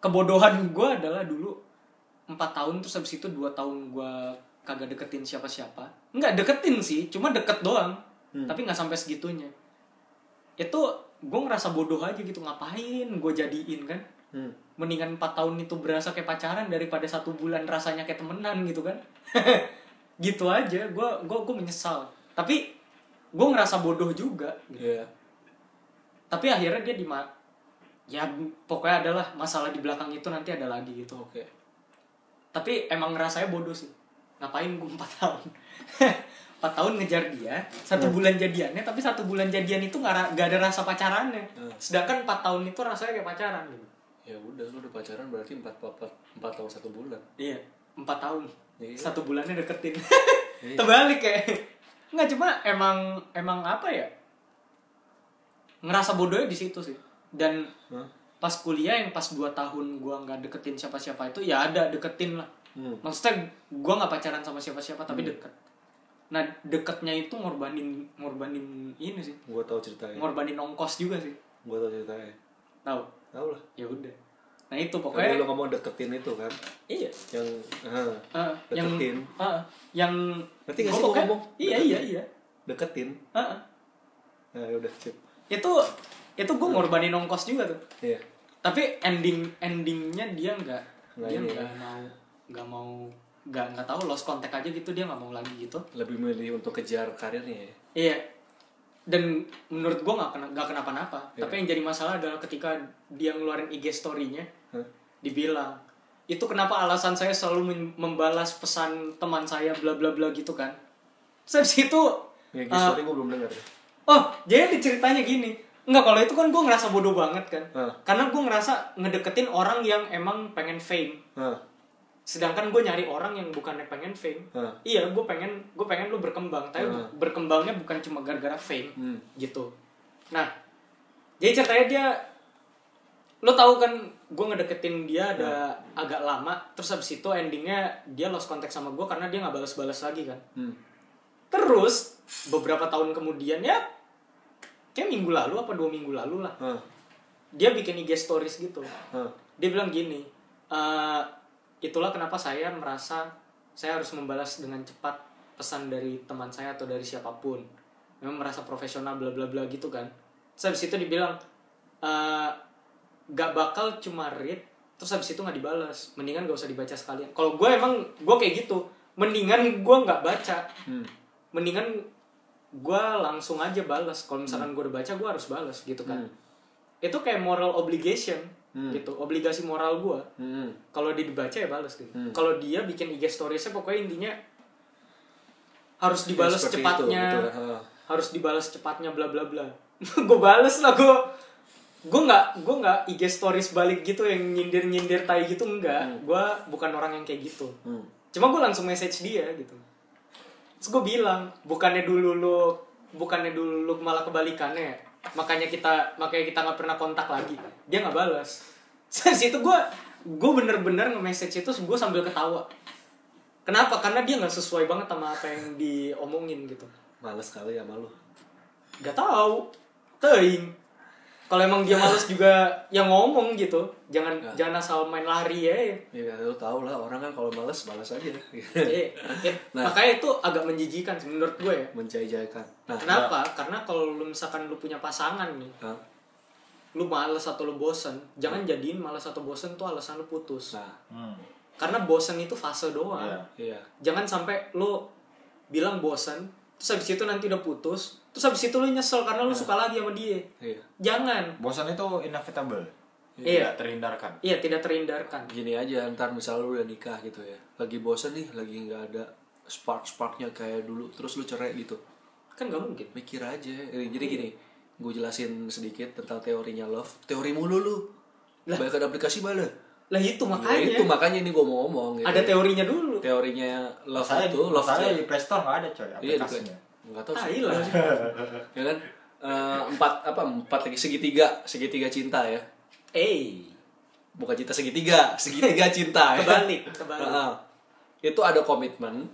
Speaker 1: kebodohan gue adalah dulu empat tahun terus habis itu dua tahun gue kagak deketin siapa-siapa. Nggak deketin sih, cuma deket doang. Tapi nggak sampai segitunya. Itu gue ngerasa bodoh aja gitu ngapain gue jadiin kan?
Speaker 2: Hmm.
Speaker 1: Mendingan empat tahun itu berasa kayak pacaran daripada satu bulan rasanya kayak temenan gitu kan? gitu aja, gue gua, gua menyesal. Tapi gue ngerasa bodoh juga
Speaker 2: Iya.
Speaker 1: tapi akhirnya dia di ma- ya pokoknya adalah masalah di belakang itu nanti ada lagi gitu
Speaker 2: Oke.
Speaker 1: tapi emang rasanya bodoh sih ngapain gue 4 tahun 4 tahun ngejar dia satu bulan jadiannya tapi satu bulan jadian itu nggak ra- nggak ada rasa pacarannya
Speaker 2: Hmm.
Speaker 1: sedangkan 4 tahun itu rasanya kayak pacaran gitu
Speaker 2: Ya udah lu udah pacaran berarti 4 4 4 tahun 1 bulan.
Speaker 1: iya 4 tahun
Speaker 2: Iya.
Speaker 1: satu bulannya deketin
Speaker 2: Iya.
Speaker 1: terbalik ya nggak cuma emang emang apa ya ngerasa bodohnya di situ sih dan
Speaker 2: Hah?
Speaker 1: pas kuliah yang pas 2 tahun gua nggak deketin siapa-siapa itu ya ada deketin lah
Speaker 2: Hmm.
Speaker 1: maksudnya gua nggak pacaran sama siapa-siapa tapi deket nah deketnya itu ngorbanin ngorbanin ini sih
Speaker 2: Gua tahu ceritanya.
Speaker 1: ngorbanin ongkos juga sih
Speaker 2: Gua tahu ceritanya.
Speaker 1: tahu
Speaker 2: Tahu lah.
Speaker 1: ya udah nah itu
Speaker 2: Tadi lu
Speaker 1: pokoknya
Speaker 2: ngomong deketin itu kan.
Speaker 1: iya
Speaker 2: Yang ah,
Speaker 1: Eh, yang
Speaker 2: Deketin.
Speaker 1: eh, yang
Speaker 2: Ngerti nggak
Speaker 1: gua
Speaker 2: sih gua
Speaker 1: pokoknya-
Speaker 2: ngomong?
Speaker 1: iya
Speaker 2: Deketin.
Speaker 1: iya iya
Speaker 2: deketin.
Speaker 1: Eh, eh.
Speaker 2: Nah, ya udah sip.
Speaker 1: itu itu gue ngorbanin ongkos juga tuh
Speaker 2: Iya.
Speaker 1: tapi ending endingnya dia nggak
Speaker 2: Nggak
Speaker 1: dia
Speaker 2: ini ya.
Speaker 1: nggak mau nggak mau nggak nggak tahu lost contact aja gitu dia nggak mau lagi gitu
Speaker 2: Lebih milih untuk kejar karirnya ya.
Speaker 1: iya dan menurut gue nggak kena nggak kenapa-napa
Speaker 2: Iya.
Speaker 1: tapi yang jadi masalah adalah ketika dia ngeluarin IG story-nya
Speaker 2: Hah?
Speaker 1: dibilang itu kenapa alasan saya selalu men- membalas pesan teman saya bla bla bla gitu kan saya situ
Speaker 2: Ya,
Speaker 1: eh,
Speaker 2: story gua belum dengar.
Speaker 1: Oh, jadi ceritanya gini. Enggak, kalau itu kan gue ngerasa bodoh banget kan.
Speaker 2: Hah.
Speaker 1: Karena gue ngerasa ngedeketin orang yang emang pengen fame.
Speaker 2: Hah.
Speaker 1: Sedangkan gue nyari orang yang bukannya pengen fame.
Speaker 2: Hah.
Speaker 1: Iya, gue pengen gue pengen lu berkembang. Tapi
Speaker 2: Hah.
Speaker 1: berkembangnya bukan cuma gara-gara fame.
Speaker 2: Hmm.
Speaker 1: Gitu. Nah, jadi ceritanya dia... Lo tahu kan gue ngedeketin dia ada agak lama. Terus habis itu endingnya dia lost contact sama gue karena dia nggak balas-balas lagi kan.
Speaker 2: Hmm.
Speaker 1: Terus beberapa tahun kemudian ya kayak minggu lalu apa dua minggu lalu lah
Speaker 2: Hah.
Speaker 1: dia bikin IG stories gitu.
Speaker 2: Hah.
Speaker 1: Dia bilang gini, "Eh, itulah kenapa saya merasa saya harus membalas dengan cepat pesan dari teman saya atau dari siapapun. Memang merasa profesional bla bla bla gitu kan. Terus habis itu dibilang "Eh, gak bakal cuma read terus habis itu nggak dibalas. Mendingan gak usah dibaca sekalian. Kalau gue emang gue kayak gitu, mendingan gue nggak baca
Speaker 2: Hmm.
Speaker 1: mendingan gue langsung aja balas kalau misalkan gue udah baca gue harus balas gitu kan
Speaker 2: Hmm.
Speaker 1: itu kayak moral obligation
Speaker 2: Hmm.
Speaker 1: gitu obligasi moral gue
Speaker 2: Hmm.
Speaker 1: kalau dia dibaca ya balas gitu
Speaker 2: Hmm.
Speaker 1: kalau dia bikin IG storiesnya pokoknya intinya harus dibalas
Speaker 2: seperti itu,
Speaker 1: cepatnya
Speaker 2: gitu. Hah.
Speaker 1: harus dibalas cepatnya bla bla bla gue balas lah gue gue nggak gue nggak IG stories balik gitu yang nyindir nyindir tai gitu enggak gue bukan orang yang kayak gitu
Speaker 2: Hmm.
Speaker 1: cuma gue langsung message dia gitu terus gue bilang bukannya dulu lu bukannya dulu lu malah kebalikannya ya? makanya kita makanya kita nggak pernah kontak lagi dia nggak balas Terus habis itu gue gue bener-bener nge-message itu gue sambil ketawa kenapa karena dia nggak sesuai banget sama apa yang diomongin gitu
Speaker 2: Males kali ya malu.
Speaker 1: Gak tahu. Teing. Kalau emang dia males juga yang ngomong gitu, jangan
Speaker 2: Nah.
Speaker 1: jangan asal main lari ya.
Speaker 2: Ya lu tau lah orang kan kalau males balas aja.
Speaker 1: Eh, eh,
Speaker 2: Nah.
Speaker 1: Makanya itu agak menjijikan sih menurut gue ya.
Speaker 2: Menjajahkan. Nah,
Speaker 1: Kenapa? Karena kalau lu misalkan lu punya pasangan nih,
Speaker 2: Hah?
Speaker 1: lu males atau lu bosen, jangan jadiin males atau bosen tuh alasan lu putus.
Speaker 2: Iya. Nah,
Speaker 3: Hmm.
Speaker 1: Karena bosen itu fase doang.
Speaker 3: Iya.
Speaker 2: iya.
Speaker 1: Jangan sampai lu bilang bosen, terus habis itu nanti udah putus, terus habis itu lu nyesel karena lu suka lagi sama dia.
Speaker 2: Iya.
Speaker 1: Jangan.
Speaker 3: Bosan itu inevitable.
Speaker 1: Iya.
Speaker 3: Tidak terhindarkan.
Speaker 1: Iya, tidak terhindarkan.
Speaker 2: Gini aja ntar misal lu udah nikah gitu ya. Lagi bosen nih, lagi nggak ada spark-sparknya kayak dulu. Terus lu cerai gitu.
Speaker 1: Kan nggak mungkin.
Speaker 2: Mikir aja. Eh, Jadi gini, gue jelasin sedikit tentang teorinya love. Teori mulu lu. Banyak ada aplikasi bala.
Speaker 1: Lah itu
Speaker 2: Ya,
Speaker 1: makanya.
Speaker 2: itu makanya ini gue mau ngomong gitu.
Speaker 1: Ada teorinya dulu.
Speaker 2: teorinya love
Speaker 3: Saya
Speaker 2: itu love
Speaker 1: ya.
Speaker 3: saya
Speaker 2: itu-
Speaker 3: di Playstore nggak ada coy
Speaker 2: Iya, di
Speaker 3: aplikasinya.
Speaker 2: Enggak tahu
Speaker 1: Ah,
Speaker 2: sih.
Speaker 1: iyalah.
Speaker 2: ya kan? Eh, empat apa empat lagi segitiga segitiga cinta ya
Speaker 1: Eh,
Speaker 2: bukan cinta segitiga segitiga cinta ya.
Speaker 1: Kebalik, kebalik.
Speaker 2: Heeh. itu ada komitmen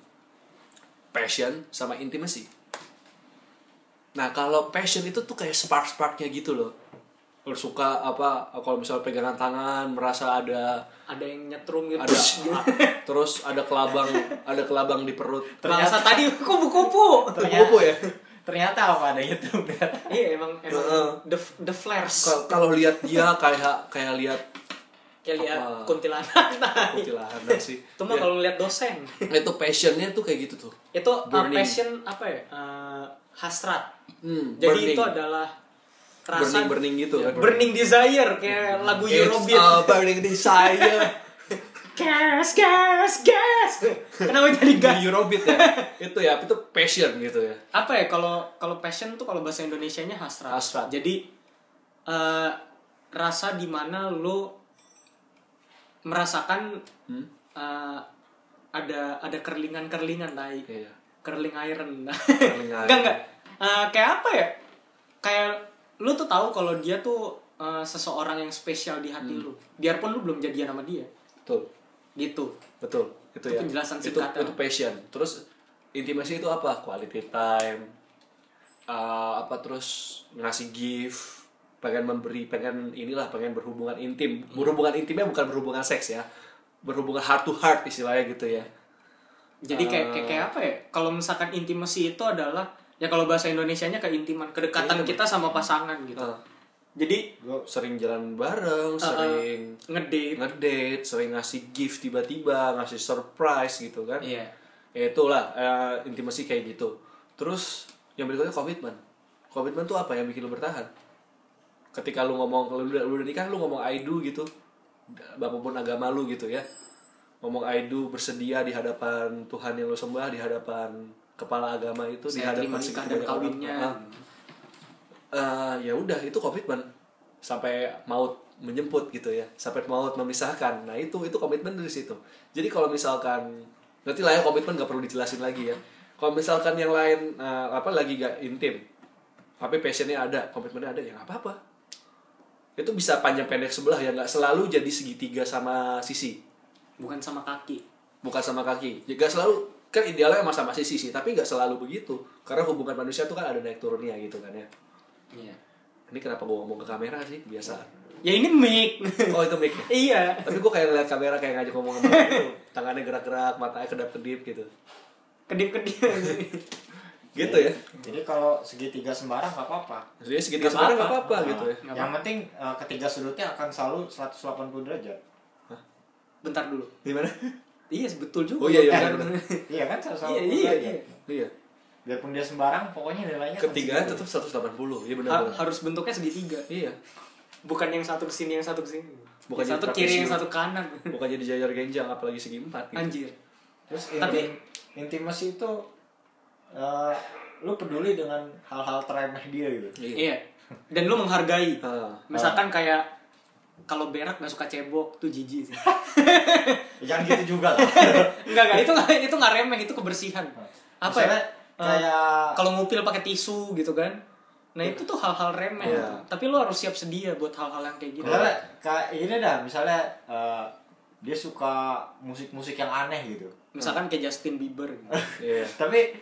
Speaker 2: passion sama intimacy nah kalau passion itu tuh kayak spark sparknya gitu loh Lu suka apa kalau misalnya pegangan tangan merasa ada
Speaker 1: ada yang nyetrum gitu.
Speaker 2: ada terus ada kelabang ada kelabang di perut
Speaker 1: Bangsa tadi kupu-kupu.
Speaker 2: Kupu-kupu ya
Speaker 3: Ternyata apa ya. adanya tuh ternyata.
Speaker 1: Iya emang emang
Speaker 2: Heeh.
Speaker 1: the the flares.
Speaker 2: Kal- kalau lihat dia kayak kayak lihat
Speaker 1: Kayak lihat
Speaker 2: Apa? Iya.
Speaker 1: kuntilanak.
Speaker 2: kutilahan dan sih
Speaker 1: Itu mah kalau ngeliat dosen.
Speaker 2: Ya, itu passionnya tuh kayak gitu tuh
Speaker 1: Itu uh,
Speaker 2: Burning.
Speaker 1: passion apa ya? Uh, hasrat.
Speaker 2: Hmm,
Speaker 1: Jadi
Speaker 2: burning.
Speaker 1: itu adalah rasa
Speaker 2: burning burning gitu kan
Speaker 1: burning desire kayak lagu
Speaker 2: It's
Speaker 1: Eurobeat.
Speaker 2: a burning desire
Speaker 1: Gas, gas, gas. Kenapa jadi
Speaker 2: di
Speaker 1: gas?
Speaker 2: Eurobeat ya itu ya itu passion gitu ya
Speaker 1: apa ya kalau kalau passion tuh kalau bahasa Indonesianya hasrat.
Speaker 2: Hasrat.
Speaker 1: Jadi eh, rasa dimana lo merasakan
Speaker 2: Hmm?
Speaker 1: eh, ada ada kerlingan kerlingan tai,
Speaker 2: Iya.
Speaker 1: kerling iron.
Speaker 2: iron.
Speaker 1: enggak enggak. Eh, kayak apa ya? Kayak lu tuh tahu kalau dia tuh eh, seseorang yang spesial di
Speaker 2: Hmm.
Speaker 1: hati lu. Biarpun lu belum jadian sama dia.
Speaker 2: betul
Speaker 1: Gitu.
Speaker 2: betul itu,
Speaker 1: Itu
Speaker 2: ya
Speaker 1: penjelasan
Speaker 2: itu
Speaker 1: singkatnya.
Speaker 2: itu passion terus intimasi itu apa quality time eh, apa terus ngasih gift pengen memberi pengen inilah pengen berhubungan intim berhubungan intimnya bukan berhubungan seks ya berhubungan heart to heart istilahnya gitu ya
Speaker 1: Jadi kayak kayak,
Speaker 2: Eh.
Speaker 1: kayak apa ya? Kalau misalkan intimasi itu adalah ya kalau bahasa Indonesianya keintiman, kedekatan kita sama pasangan gitu.
Speaker 2: Ya, Eh,
Speaker 1: Jadi
Speaker 2: sering jalan bareng sering
Speaker 1: ngedate. gitu.
Speaker 2: ngedate sering ngasih gift tiba-tiba ngasih surprise gitu kan
Speaker 1: Iya.
Speaker 2: ya itulah eh, intimasi kayak gitu terus yang berikutnya komitmen komitmen tuh apa yang bikin lu bertahan ketika lu ngomong lu udah, lu udah nikah lu ngomong I do gitu apapun agama lu gitu ya ngomong I do bersedia di hadapan Tuhan yang lu sembah di hadapan kepala agama itu di
Speaker 1: Saya terima nikah
Speaker 2: hadapan segitu
Speaker 1: dan
Speaker 2: banyak orang.
Speaker 1: kawinnya.
Speaker 2: Ah. Eh, ya udah itu komitmen sampai maut menjemput gitu ya sampai maut memisahkan nah itu itu komitmen dari situ jadi kalau misalkan nanti lah ya komitmen nggak perlu dijelasin lagi ya kalau misalkan yang lain eh, apa lagi gak intim tapi passionnya ada komitmennya ada ya nggak apa-apa itu bisa panjang pendek sebelah ya nggak selalu jadi segitiga sama sisi
Speaker 1: Bukan sama kaki.
Speaker 2: bukan sama kaki juga selalu kan idealnya emang sama sisi sih tapi nggak selalu begitu karena hubungan manusia tuh kan ada naik turunnya gitu kan ya
Speaker 1: Iya.
Speaker 2: ini kenapa gue ngomong ke kamera sih biasa
Speaker 1: Ya ini mic.
Speaker 2: oh itu mic ya?
Speaker 1: iya.
Speaker 2: tapi gue kayak ngeliat kamera kayak ngajak ngomong sama orang gitu tangannya gerak-gerak matanya kedap-kedip gitu
Speaker 1: Kedip-kedip.
Speaker 2: gitu ya
Speaker 3: Jadi kalau segitiga sembarang nggak apa-apa.
Speaker 2: jadi
Speaker 1: Nggak
Speaker 2: segitiga sebenarnya nggak
Speaker 1: apa-apa.
Speaker 2: apa-apa
Speaker 3: Nah,
Speaker 2: gitu ya
Speaker 1: Ah, Nggak
Speaker 3: Yang penting eh, ketiga sudutnya akan selalu 180 derajat.
Speaker 1: Bentar dulu.
Speaker 2: gimana
Speaker 1: Iya, betul juga.
Speaker 2: Oh, iya, iya,
Speaker 1: Eh,
Speaker 2: benar, benar.
Speaker 3: Iya kan 180
Speaker 1: Iya, iya,
Speaker 3: derajat.
Speaker 1: iya.
Speaker 2: iya
Speaker 3: Biarpun dia sembarang, pokoknya nilainya akan
Speaker 2: ketiga
Speaker 3: segitu.
Speaker 2: tetap 180 iya benar
Speaker 1: Ha-
Speaker 2: benar.
Speaker 1: harus bentuknya segitiga.
Speaker 2: iya
Speaker 1: Bukan yang satu kesini, yang satu kesini.
Speaker 2: Bukan
Speaker 1: Yang
Speaker 2: jadi gitu.
Speaker 1: satu kiri, yang
Speaker 2: trapesium.
Speaker 1: satu kanan.
Speaker 2: bukan jadi jajar genjang apalagi segi empat gitu.
Speaker 1: Anjir.
Speaker 3: Terus
Speaker 1: Tapi-
Speaker 3: tapi intimasi itu eh, lu peduli dengan hal-hal remeh dia gitu.
Speaker 2: iya
Speaker 1: Iya. Dan lu menghargai.
Speaker 2: Ah.
Speaker 1: Misalkan kayak kalau berak gak suka cebok tuh jijik sih.
Speaker 3: Ya, Jangan gitu juga lah.
Speaker 1: Enggak enggak itu nggak- itu nggak remeh itu kebersihan.
Speaker 2: Ah.
Speaker 1: Apa
Speaker 3: Misalnya,
Speaker 1: ya?
Speaker 3: kayak
Speaker 1: Eh, kalau ngupil pakai tisu gitu kan. Nah itu tuh hal-hal remeh.
Speaker 2: Iya.
Speaker 1: Tapi lu harus siap sedia buat hal-hal yang kayak gitu.
Speaker 3: misalnya kayak ini dah, misalnya eh, dia suka musik-musik yang aneh gitu.
Speaker 1: Misalkan kayak Justin Bieber. gitu.
Speaker 2: iya
Speaker 3: tapi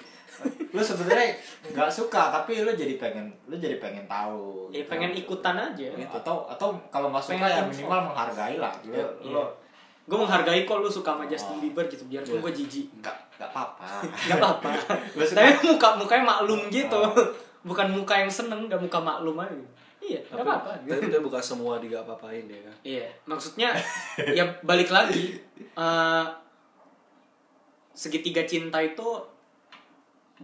Speaker 3: lu sebenarnya nggak suka tapi lu jadi pengen lu jadi pengen tahu
Speaker 1: ya pengen ikutan aja.
Speaker 2: Iya.
Speaker 3: gitu. atau atau kalau nggak suka
Speaker 1: Iya. Pengen
Speaker 3: ya
Speaker 1: info.
Speaker 3: minimal menghargai lah Gitu. lu lu
Speaker 1: Gue Iya. menghargai kok lu suka sama Justin Bieber gitu. Biarpun
Speaker 2: Iya.
Speaker 1: gue jijik.
Speaker 3: nggak nggak apa-apa
Speaker 1: Gak apa-apa.
Speaker 3: Lu suka-
Speaker 1: Tapi muka mukanya maklum gitu. Bukan muka yang seneng, gak muka maklum aja. Iya, gak
Speaker 2: tapi,
Speaker 1: apa-apa.
Speaker 2: tapi itu bukan semua di nggak apa-apain ya kan
Speaker 1: Iya, maksudnya ya balik lagi eh, segitiga cinta itu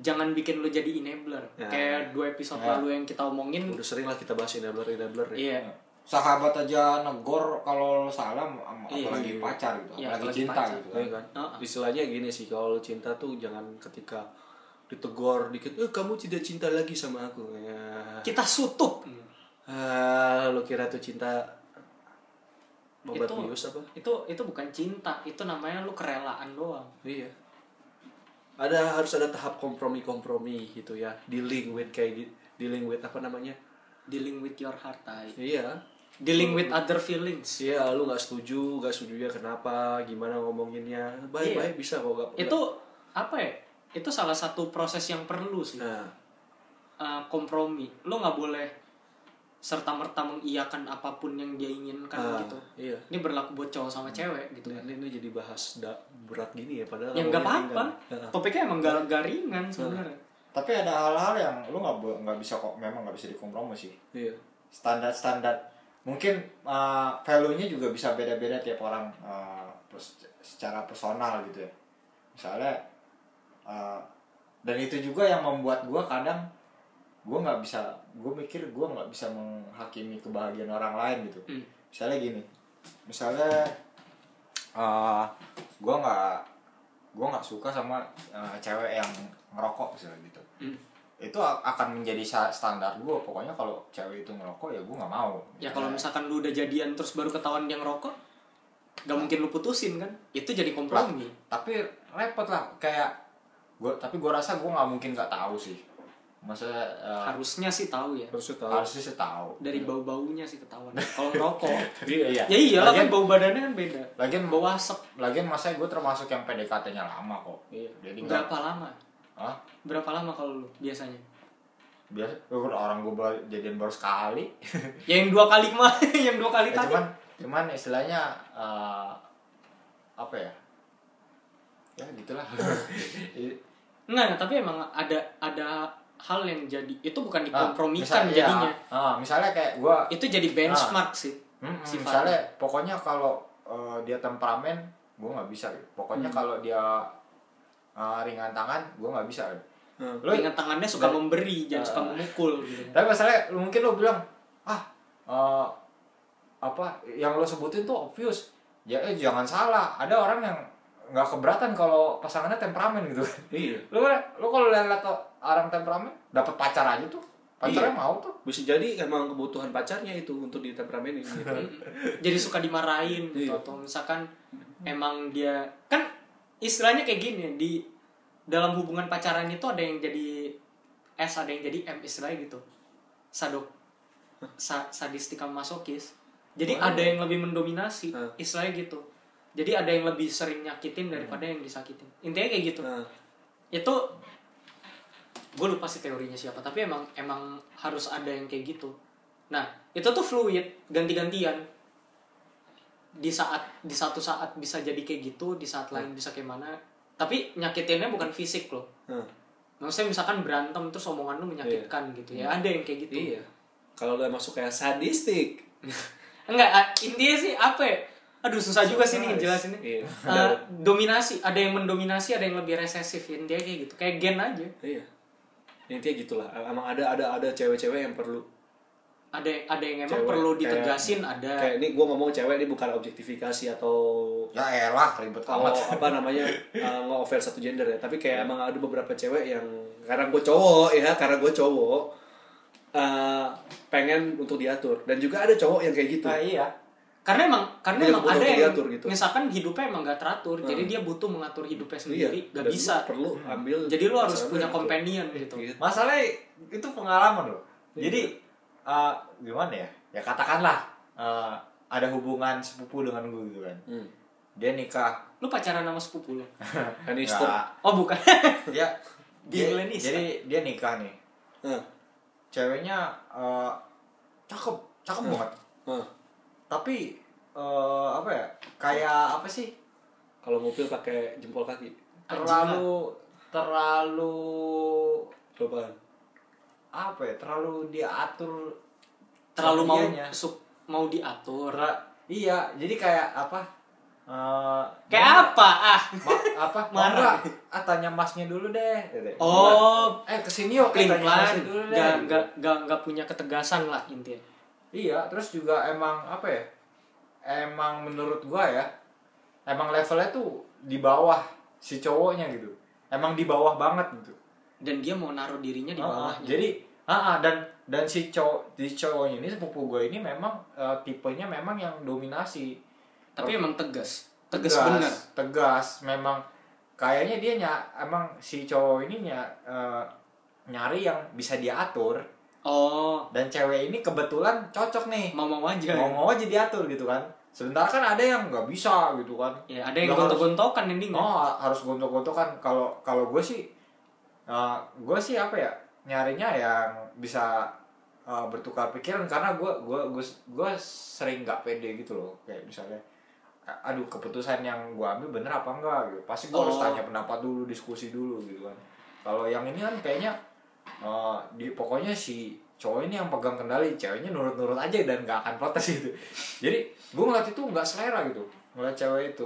Speaker 1: jangan bikin lo jadi enabler.
Speaker 2: Ya.
Speaker 1: Kayak dua episode
Speaker 3: Ya.
Speaker 1: lalu yang kita omongin,
Speaker 2: udah sering lah kita bahas enabler enabler ya
Speaker 1: iya,
Speaker 3: sahabat aja negor kalau lu salah am-
Speaker 1: Iya.
Speaker 3: apalagi
Speaker 2: Iya.
Speaker 3: pacar gitu
Speaker 1: Iya,
Speaker 3: apalagi
Speaker 1: apalagi
Speaker 3: cinta
Speaker 1: pacar.
Speaker 3: gitu
Speaker 2: Iya kan?
Speaker 1: Heeh.
Speaker 2: Istilahnya gini sih, kalau cinta tuh jangan ketika ditegor dikit, eh kamu tidak cinta lagi sama aku. Ya.
Speaker 1: kita sutup.
Speaker 2: Ah, lu kira tuh cinta obat
Speaker 1: Itu-
Speaker 2: bius apa?
Speaker 1: Itu itu bukan cinta, itu namanya lu kerelaan doang.
Speaker 2: Iya. Ada harus ada tahap kompromi-kompromi gitu ya. Dealing with kayak di- dealing with apa namanya?
Speaker 1: Dealing with your heart, tai.
Speaker 2: Iya.
Speaker 1: dealing with other feelings.
Speaker 2: Iya, lu nggak setuju, nggak setuju ya kenapa? Gimana ngomonginnya? Baik-baik bisa kok nggak-
Speaker 1: Iya. Itu apa ya? Itu salah satu proses yang perlu sih.
Speaker 2: Nah,
Speaker 1: uh, kompromi lo nggak boleh serta merta mengiyakan apapun yang dia inginkan
Speaker 2: ah,
Speaker 1: gitu
Speaker 2: Iya.
Speaker 1: ini berlaku buat cowok sama cewek gitu
Speaker 2: Ini, ini jadi bahas da- berat gini ya padahal
Speaker 1: ya nggak
Speaker 2: awalnya
Speaker 1: apa-apa
Speaker 2: ringan. Heeh.
Speaker 1: topiknya emang gak, gak ringan sebenarnya
Speaker 3: tapi ada hal-hal yang lu nggak bo- nggak bisa kok memang nggak bisa dikompromi sih
Speaker 2: Iya.
Speaker 3: standar-standar mungkin uh, value-nya juga bisa beda-beda tiap orang uh, pers- secara personal gitu ya misalnya uh, dan itu juga yang membuat gua kadang gua nggak bisa gue mikir gua nggak bisa menghakimi kebahagiaan orang lain gitu
Speaker 1: Hmm.
Speaker 3: misalnya gini misalnya uh, gue nggak gue nggak suka sama uh, cewek yang ngerokok misalnya gitu
Speaker 1: Hmm.
Speaker 3: itu a- akan menjadi sa- standar gue pokoknya kalau cewek itu ngerokok ya gue nggak mau
Speaker 1: ya kalau misalkan lu udah jadian terus baru ketahuan dia ngerokok gak mungkin lu putusin kan itu jadi kompromi
Speaker 3: tapi repot lah kayak gue tapi gue rasa gue nggak mungkin nggak tahu sih maksudnya uh,
Speaker 1: harusnya sih tahu ya
Speaker 2: Harus tahu.
Speaker 3: harusnya sih tahu
Speaker 1: dari bau baunya sih ketahuan kalau ngerokok ya
Speaker 3: iya
Speaker 1: iyalah kan
Speaker 3: lagian,
Speaker 1: bau badannya kan beda
Speaker 3: lagian
Speaker 1: bau asap
Speaker 3: lagian masa gue termasuk yang PDKT-nya lama kok
Speaker 2: Iya.
Speaker 3: jadi nggak
Speaker 1: berapa lama
Speaker 3: Hah?
Speaker 1: Berapa lama kalau lu biasanya?
Speaker 3: Biasa lu kan orang gue baru jadian baru sekali.
Speaker 1: Ya, yang dua kali kemarin, yang dua kali
Speaker 3: Ya,
Speaker 1: tadi.
Speaker 3: cuman cuman istilahnya eh, apa ya? Ya gitulah.
Speaker 1: Enggak, enggak, tapi emang ada ada hal yang jadi itu bukan
Speaker 3: Ah,
Speaker 1: dikompromikan
Speaker 3: misal- iya,
Speaker 1: jadinya.
Speaker 3: ah, misalnya kayak gue
Speaker 1: Itu jadi benchmark sih.
Speaker 3: Mm-mm,
Speaker 1: Sifatnya.
Speaker 3: misalnya pokoknya kalau eh, dia temperamen gue nggak bisa pokoknya kalau dia eh, ringan tangan gue nggak bisa
Speaker 2: Hmm.
Speaker 3: Lu-
Speaker 1: Dengan tangannya suka
Speaker 3: Dari-
Speaker 1: memberi, jangan
Speaker 3: Ah.
Speaker 1: suka memukul gitu.
Speaker 3: tapi masalahnya lu- mungkin lo bilang ah eh, apa yang lo sebutin tuh obvious ya eh, jangan salah ada orang yang nggak keberatan kalau pasangannya temperamen gitu
Speaker 2: Iya.
Speaker 3: lo lo kalau lihat orang temperamen dapat pacar aja tuh pacarnya mau tuh
Speaker 2: Bisa jadi emang kebutuhan pacarnya itu untuk ditemperamenin gitu.
Speaker 1: jadi suka dimarahin gitu
Speaker 2: Iya.
Speaker 1: atau misalkan emang dia kan istilahnya kayak gini di dalam hubungan pacaran itu ada yang jadi S ada yang jadi M istilahnya gitu sadok sa sadistikal masokis jadi
Speaker 2: Wow.
Speaker 1: ada yang lebih mendominasi
Speaker 2: Hah.
Speaker 1: istilahnya gitu jadi ada yang lebih sering nyakitin daripada
Speaker 2: Hmm.
Speaker 1: yang disakitin intinya kayak gitu
Speaker 2: Nah,
Speaker 1: itu gue lupa sih teorinya siapa tapi emang emang harus ada yang kayak gitu nah itu tuh fluid ganti-gantian di saat di satu saat bisa jadi kayak gitu di saat
Speaker 2: Iya.
Speaker 1: lain bisa kayak mana tapi nyakitinnya bukan fisik loh
Speaker 2: nah.
Speaker 1: maksudnya misalkan berantem terus omongan lu menyakitkan gitu ya ada yang kayak gitu
Speaker 2: Iya. Kalau udah masuk kayak sadistik.
Speaker 1: enggak ah, intinya sih apa ya aduh susah juga sih nih jelasinnya
Speaker 2: Iya.
Speaker 1: Eh, dominasi ada yang mendominasi ada yang lebih resesif intinya kayak gitu kayak gen aja
Speaker 2: Iya. Intinya gitulah. Emang ada ada ada cewek-cewek yang perlu
Speaker 1: ada ada yang emang
Speaker 2: Cewek,
Speaker 1: perlu
Speaker 2: kayak-
Speaker 1: ditegasin ada
Speaker 2: kayak ini gue ngomong cewek ini bukan objektifikasi atau
Speaker 3: ya elah ribet
Speaker 2: kalau
Speaker 3: amat
Speaker 2: apa namanya uh, nge-offer satu gender ya tapi
Speaker 1: Iya.
Speaker 2: kayak emang ada beberapa cewek yang karena gue cowok ya karena gue cowok uh, pengen untuk diatur dan juga ada cowok yang kayak gitu
Speaker 3: nah, iya
Speaker 1: karena emang karena
Speaker 2: Dia
Speaker 1: emang
Speaker 2: butuh
Speaker 1: ada
Speaker 2: untuk
Speaker 1: yang
Speaker 2: diatur gitu. Iya,
Speaker 1: misalkan hidupnya emang gak teratur jadi dia butuh mengatur hidupnya sendiri gak
Speaker 2: dan
Speaker 1: bisa Hmm.
Speaker 2: lu perlu ambil
Speaker 1: jadi lu harus
Speaker 2: pasangan
Speaker 1: punya
Speaker 2: yang gitu.
Speaker 1: companion gitu Iya.
Speaker 2: Iya.
Speaker 3: Masalahnya itu pengalaman loh. Jadi eh, gimana ya? Ya katakanlah eh, ada hubungan sepupu dengan gue gitu kan.
Speaker 2: hmm.
Speaker 3: Dia nikah.
Speaker 1: lu pacaran sama sepupu lu
Speaker 2: Lannister.
Speaker 3: Nggak,
Speaker 1: oh bukan
Speaker 3: dia,
Speaker 1: Di
Speaker 3: dia,
Speaker 1: Indonesia.
Speaker 3: ya, jadi dia nikah nih.
Speaker 2: Hah,
Speaker 3: Ceweknya eh, cakep, cakep
Speaker 1: Nah.
Speaker 3: banget.
Speaker 2: hah.
Speaker 3: Tapi eh, apa ya? Kayak apa sih?
Speaker 2: kalau mobil pakai jempol kaki
Speaker 1: Anjing
Speaker 3: Terlalu terlalu
Speaker 2: apaan
Speaker 3: apa ya? Terlalu diatur
Speaker 1: terlalu
Speaker 3: sama
Speaker 1: mau
Speaker 3: dianya.
Speaker 1: su- mau diatur
Speaker 3: Ra- iya, jadi kayak apa? eh,
Speaker 1: kayak apa ah
Speaker 3: Ma- apa
Speaker 1: Marah.
Speaker 3: marah ah tanya masnya dulu deh gitu.
Speaker 1: Oh.
Speaker 3: eh kesini yuk eh,
Speaker 1: pelin
Speaker 3: tanya
Speaker 1: pelan
Speaker 3: masnya dulu deh
Speaker 1: gak
Speaker 3: gitu.
Speaker 1: gak gak gak punya ketegasan lah intinya
Speaker 3: iya terus juga emang apa ya emang menurut gua ya emang levelnya tuh di bawah si cowoknya gitu emang di bawah banget gitu
Speaker 1: dan dia mau naruh dirinya di
Speaker 3: Ah, ah.
Speaker 1: bawahnya
Speaker 3: jadi ah ah, dan dan si cowok di cowoknya ini sepupu gua ini memang eh, tipenya memang yang dominasi
Speaker 1: tapi emang tegas tegas bener
Speaker 3: tegas memang kayaknya dia nya emang si cowok ini nya eh, nyari yang bisa diatur
Speaker 1: oh
Speaker 3: dan cewek ini kebetulan cocok nih
Speaker 1: mau mau aja
Speaker 3: mau mau aja diatur gitu kan sebentar kan ada yang nggak bisa gitu kan
Speaker 1: ya ada yang
Speaker 3: Nggak harus-
Speaker 1: gontok-gontokan endingnya
Speaker 3: oh harus gontok-gontokan kalau kalau gue sih eh, gue sih apa ya nyarinya yang bisa eh, bertukar pikiran karena gue gua gue gue sering nggak pede gitu loh kayak misalnya a- aduh keputusan yang gue ambil bener apa enggak gitu pasti gue harus
Speaker 1: Oh.
Speaker 3: tanya pendapat dulu diskusi dulu gitu kan kalau yang ini kan kayaknya eh, di pokoknya si cowok ini yang pegang kendali ceweknya nurut-nurut aja dan nggak akan protes gitu jadi gue ngeliat itu nggak selera gitu ngeliat cewek itu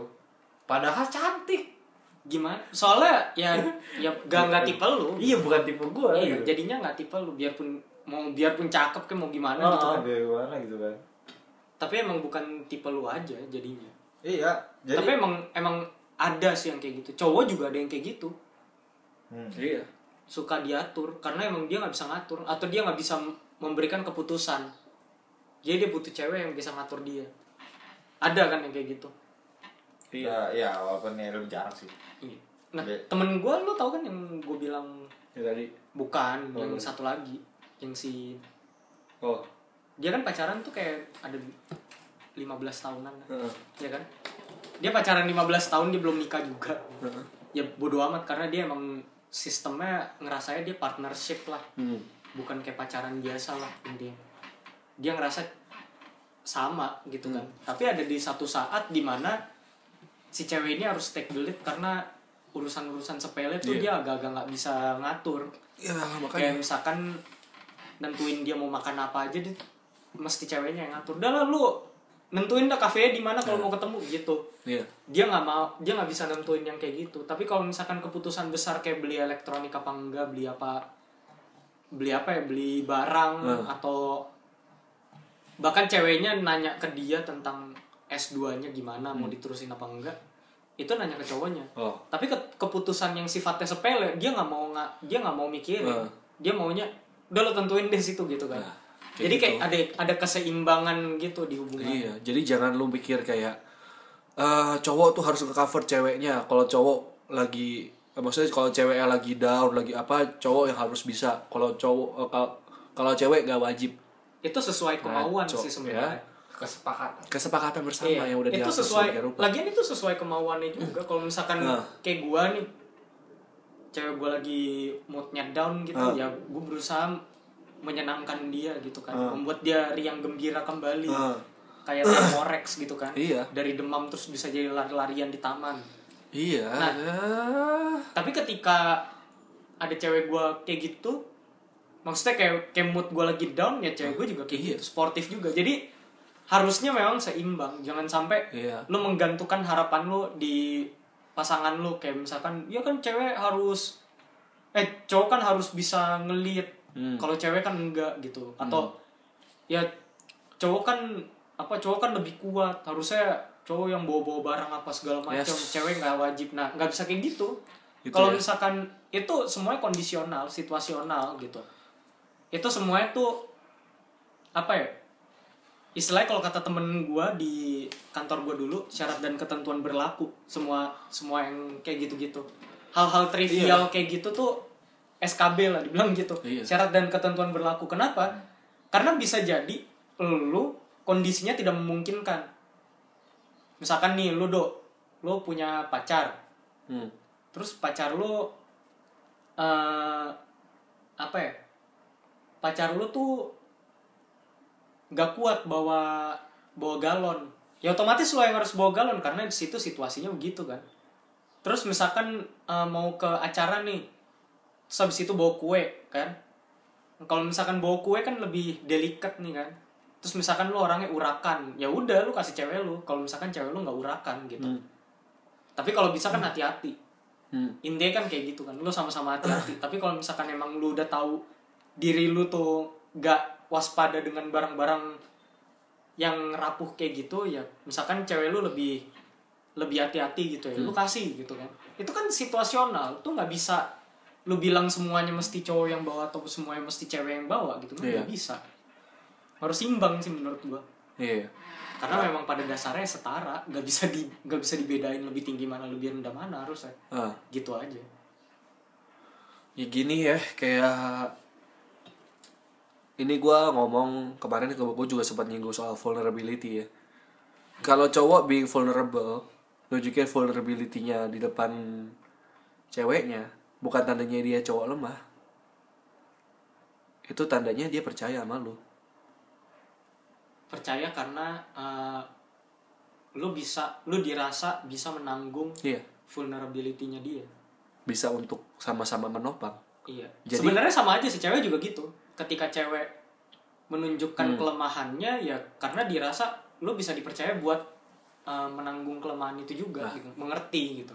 Speaker 3: padahal cantik
Speaker 1: gimana soalnya ya ya gak nggak tipe lu
Speaker 3: Iya bukan tipe gitu. gue
Speaker 1: Iya, jadinya nggak tipe lu biarpun mau biarpun cakep kayak mau gimana gitu kan
Speaker 3: gimana gitu kan.
Speaker 1: tapi emang bukan tipe lu aja jadinya
Speaker 3: Iya. Jadi
Speaker 1: tapi emang emang ada sih yang kayak gitu cowok juga ada yang kayak gitu
Speaker 3: Hmm.
Speaker 2: iya
Speaker 1: suka diatur karena emang dia nggak bisa ngatur atau dia nggak bisa memberikan keputusan jadi dia butuh cewek yang bisa ngatur dia ada kan yang kayak gitu
Speaker 2: iya
Speaker 3: Ya, ya walaupun ya lebih jarang sih.
Speaker 1: Iya. nah
Speaker 3: Iya.
Speaker 1: temen gue lu tau kan yang gue bilang
Speaker 2: ya tadi
Speaker 1: bukan yang
Speaker 2: Oh.
Speaker 1: satu lagi yang si
Speaker 2: oh
Speaker 1: dia kan pacaran tuh kayak ada 15 tahunan lah.
Speaker 2: heeh.
Speaker 1: ya kan dia pacaran 15 tahun dia belum nikah juga
Speaker 2: Heeh.
Speaker 1: ya bodo amat karena dia emang sistemnya ngerasanya dia partnership lah
Speaker 2: Hmm.
Speaker 1: bukan kayak pacaran biasa lah intinya dia ngerasa sama gitu kan tapi ada di satu saat dimana si cewek ini harus take the lead karena urusan-urusan sepele tuh dia
Speaker 2: Iya.
Speaker 1: agak-agak nggak bisa ngatur
Speaker 2: Ya
Speaker 1: kayak
Speaker 2: makanya.
Speaker 1: misalkan nentuin dia mau makan apa aja dia mesti ceweknya yang ngatur udah lah lu nentuin dah kafenya di mana kalau mau ketemu gitu
Speaker 2: Iya.
Speaker 1: dia nggak mau dia nggak bisa nentuin yang kayak gitu tapi kalau misalkan keputusan besar kayak beli elektronik apa enggak beli apa beli apa ya beli barang
Speaker 2: Hmm.
Speaker 1: atau bahkan ceweknya nanya ke dia tentang S2 nya gimana mau diterusin apa enggak itu nanya ke cowoknya
Speaker 2: Hmm. Oh.
Speaker 1: tapi ke- keputusan yang sifatnya sepele dia nggak mau nggak dia nggak mau mikirin
Speaker 2: Hmm.
Speaker 1: dia maunya udah lo tentuin deh situ gitu kan
Speaker 2: Nah, kayak
Speaker 1: jadi kayak
Speaker 2: gitu.
Speaker 1: ada ada keseimbangan gitu di hubungan
Speaker 2: Iya, jadi jangan lu pikir kayak eh cowok tuh harus nge-cover ceweknya. Kalau cowok lagi eh, maksudnya kalau ceweknya lagi down, lagi apa, cowok yang harus bisa. Kalau cowok eh, kal- kalau cewek gak wajib.
Speaker 1: itu sesuai kemauan
Speaker 2: Ngaco,
Speaker 1: sih sebenarnya
Speaker 2: ya.
Speaker 3: kesepakatan
Speaker 2: Kesepakatan bersama
Speaker 1: Iya,
Speaker 2: yang udah
Speaker 1: itu
Speaker 2: dihapus
Speaker 1: sesuai
Speaker 2: sedemikian rupa.
Speaker 1: lagian itu sesuai kemauannya juga kalau misalkan
Speaker 2: Nah.
Speaker 1: kayak gua nih cewek gua lagi moodnya down gitu
Speaker 2: Nah.
Speaker 1: ya gua berusaha menyenangkan dia gitu kan
Speaker 2: Nah.
Speaker 1: membuat dia riang gembira kembali
Speaker 2: Nah.
Speaker 1: kayak termorex gitu kan
Speaker 2: Iya.
Speaker 1: dari demam terus bisa jadi lari-larian di taman
Speaker 2: Iya.
Speaker 1: Nah.
Speaker 2: eh,
Speaker 1: tapi ketika ada cewek gua kayak gitu maksudnya kayak kayak mood gua lagi down ya cewek gua juga kayak
Speaker 2: Iya.
Speaker 1: gitu sportif juga jadi harusnya memang seimbang jangan sampai
Speaker 2: Iya.
Speaker 1: lu menggantungkan harapan lu di pasangan lu kayak misalkan ya kan cewek harus eh cowok kan harus bisa ngelihat
Speaker 2: Hmm.
Speaker 1: kalau cewek kan enggak gitu atau ya cowok kan apa cowok kan lebih kuat harusnya cowok yang bawa-bawa barang apa segala macam
Speaker 2: Yes.
Speaker 1: cewek nggak wajib nah nggak bisa kayak gitu
Speaker 2: Gitu
Speaker 1: kalau
Speaker 2: ya.
Speaker 1: misalkan itu semuanya kondisional situasional gitu itu semuanya tuh apa ya istilahnya kalau kata temen gue di kantor gue dulu syarat dan ketentuan berlaku semua semua yang kayak gitu-gitu hal-hal trivial kayak gitu tuh SKB lah dibilang gitu
Speaker 2: Iya.
Speaker 1: syarat dan ketentuan berlaku kenapa karena bisa jadi lu kondisinya tidak memungkinkan misalkan nih lu do lu punya pacar
Speaker 2: hmm.
Speaker 1: terus pacar lu eh apa ya pacar lu tuh gak kuat bawa bawa galon ya otomatis lo yang harus bawa galon karena di situ situasinya begitu kan terus misalkan eh, mau ke acara nih terus habis itu bawa kue kan kalau misalkan bawa kue kan lebih delikat nih kan terus misalkan lu orangnya urakan ya udah lu kasih cewek lu kalau misalkan cewek lu nggak urakan gitu
Speaker 2: Hmm.
Speaker 1: tapi kalau bisa kan hati-hati
Speaker 2: Hmm.
Speaker 1: intinya kan kayak gitu kan lu sama-sama hati-hati tapi kalau misalkan emang lu udah tahu diri lu tuh gak waspada dengan barang-barang yang rapuh kayak gitu ya misalkan cewek lu lebih lebih hati-hati gitu ya lu
Speaker 2: Hmm.
Speaker 1: kasih gitu kan itu kan situasional tuh nggak bisa lu bilang semuanya mesti cowok yang bawa atau semuanya mesti cewek yang bawa gitu kan
Speaker 2: Iya.
Speaker 1: nggak bisa harus imbang sih menurut gua
Speaker 2: Iya.
Speaker 1: karena memang pada dasarnya setara nggak bisa di nggak bisa dibedain lebih tinggi mana lebih rendah mana harusnya
Speaker 2: Ah.
Speaker 1: gitu aja
Speaker 2: Ya gini ya, kayak ini gua ngomong kemarin ke gue juga sempat nyinggung soal vulnerability ya. Kalau cowok being vulnerable, nunjukin vulnerability-nya di depan ceweknya, bukan tandanya dia cowok lemah. Itu tandanya dia percaya sama lu.
Speaker 1: percaya karena eh, lu bisa lu dirasa bisa menanggung
Speaker 2: Iya,
Speaker 1: vulnerability-nya dia
Speaker 2: bisa untuk sama-sama menopang.
Speaker 1: iya
Speaker 2: Jadi-
Speaker 1: sebenarnya sama aja sih cewek juga gitu ketika cewek
Speaker 2: Hmm.
Speaker 1: menunjukkan kelemahannya ya karena dirasa lu bisa dipercaya buat eh, menanggung kelemahan itu
Speaker 2: Nah.
Speaker 1: juga gitu. mengerti gitu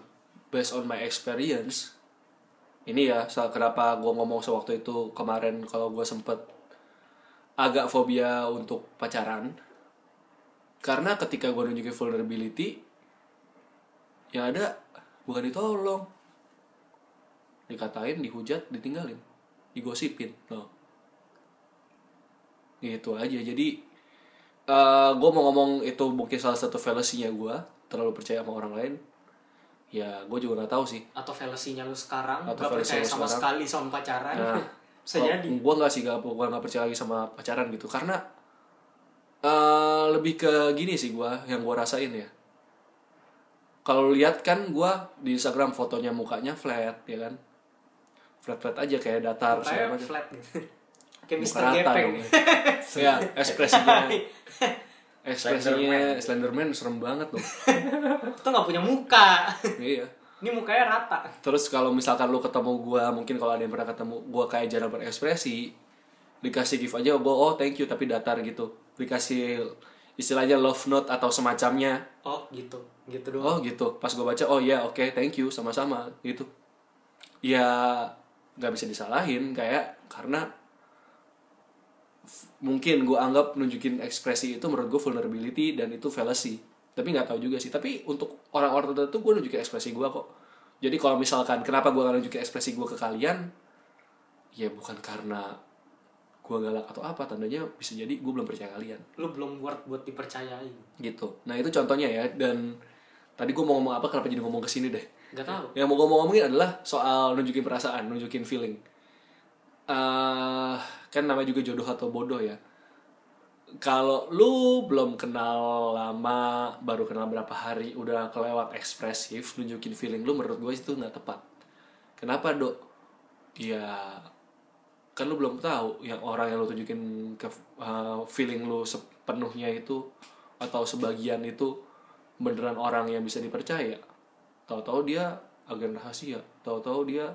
Speaker 2: based on my experience ini ya soal kenapa gue ngomong sewaktu itu kemarin kalau gue sempet agak fobia untuk pacaran karena ketika gue nunjukin vulnerability yang ada bukan ditolong dikatain dihujat ditinggalin digosipin loh gitu aja jadi gue mau ngomong itu mungkin salah satu fallacy-nya gue terlalu percaya sama orang lain ya gue juga nggak tahu sih
Speaker 1: atau fallacy-nya lu sekarang
Speaker 2: Atau
Speaker 1: gak percaya
Speaker 2: fallacy lu
Speaker 1: sama
Speaker 2: sekarang.
Speaker 1: sekali sama pacaran
Speaker 2: Nah,
Speaker 1: bisa jadi
Speaker 2: gue nggak sih gak gue nggak percaya lagi sama pacaran gitu karena eh, lebih ke gini sih gue yang gue rasain ya kalau lu lihat kan gue di Instagram fotonya mukanya flat ya kan flat-flat aja kayak datar
Speaker 1: Kayak
Speaker 2: segala macam.
Speaker 1: flat gitu. Kayak
Speaker 2: Bukan
Speaker 1: Mr.
Speaker 2: rata
Speaker 1: Gepeng.
Speaker 2: dong ya. ya, ekspresinya
Speaker 3: Slenderman.
Speaker 2: ekspresinya Slenderman serem banget dong.
Speaker 1: Itu nggak punya muka.
Speaker 2: iya.
Speaker 1: Ini mukanya rata.
Speaker 2: Terus kalau misalkan lu ketemu gua, mungkin kalau ada yang pernah ketemu gua kayak jarang berekspresi, dikasih gift aja gua oh thank you tapi datar gitu. Dikasih istilahnya love note atau semacamnya.
Speaker 1: Oh gitu, gitu doang.
Speaker 2: Oh gitu. Pas gua baca oh ya oke thank you sama-sama gitu. Ya nggak bisa disalahin kayak karena f- mungkin gua anggap nunjukin ekspresi itu menurut gua vulnerability dan itu fallacy. Tapi nggak tahu juga sih. Tapi untuk orang-orang tertentu gua nunjukin ekspresi gua kok. Jadi kalau misalkan kenapa gua nggak nunjukin ekspresi gua ke kalian, ya bukan karena gua galak atau apa. Tandanya bisa jadi gua belum percaya kalian
Speaker 1: Lu belum worth buat dipercayai.
Speaker 2: gitu nah itu contohnya ya dan tadi gue mau ngomong apa kenapa jadi ngomong ke sini deh
Speaker 1: Gak tahu.
Speaker 2: yang mau gue mau ngomongin adalah soal nunjukin perasaan nunjukin feeling eh kan namanya juga jodoh atau bodoh ya kalau lu belum kenal lama baru kenal berapa hari udah kelewat ekspresif nunjukin feeling lu menurut gue itu nggak tepat kenapa dok ya kan lu belum tahu yang orang yang lu tunjukin ke uh, feeling lu sepenuhnya itu atau sebagian itu beneran orang yang bisa dipercaya tahu-tahu dia agen rahasia tahu-tahu dia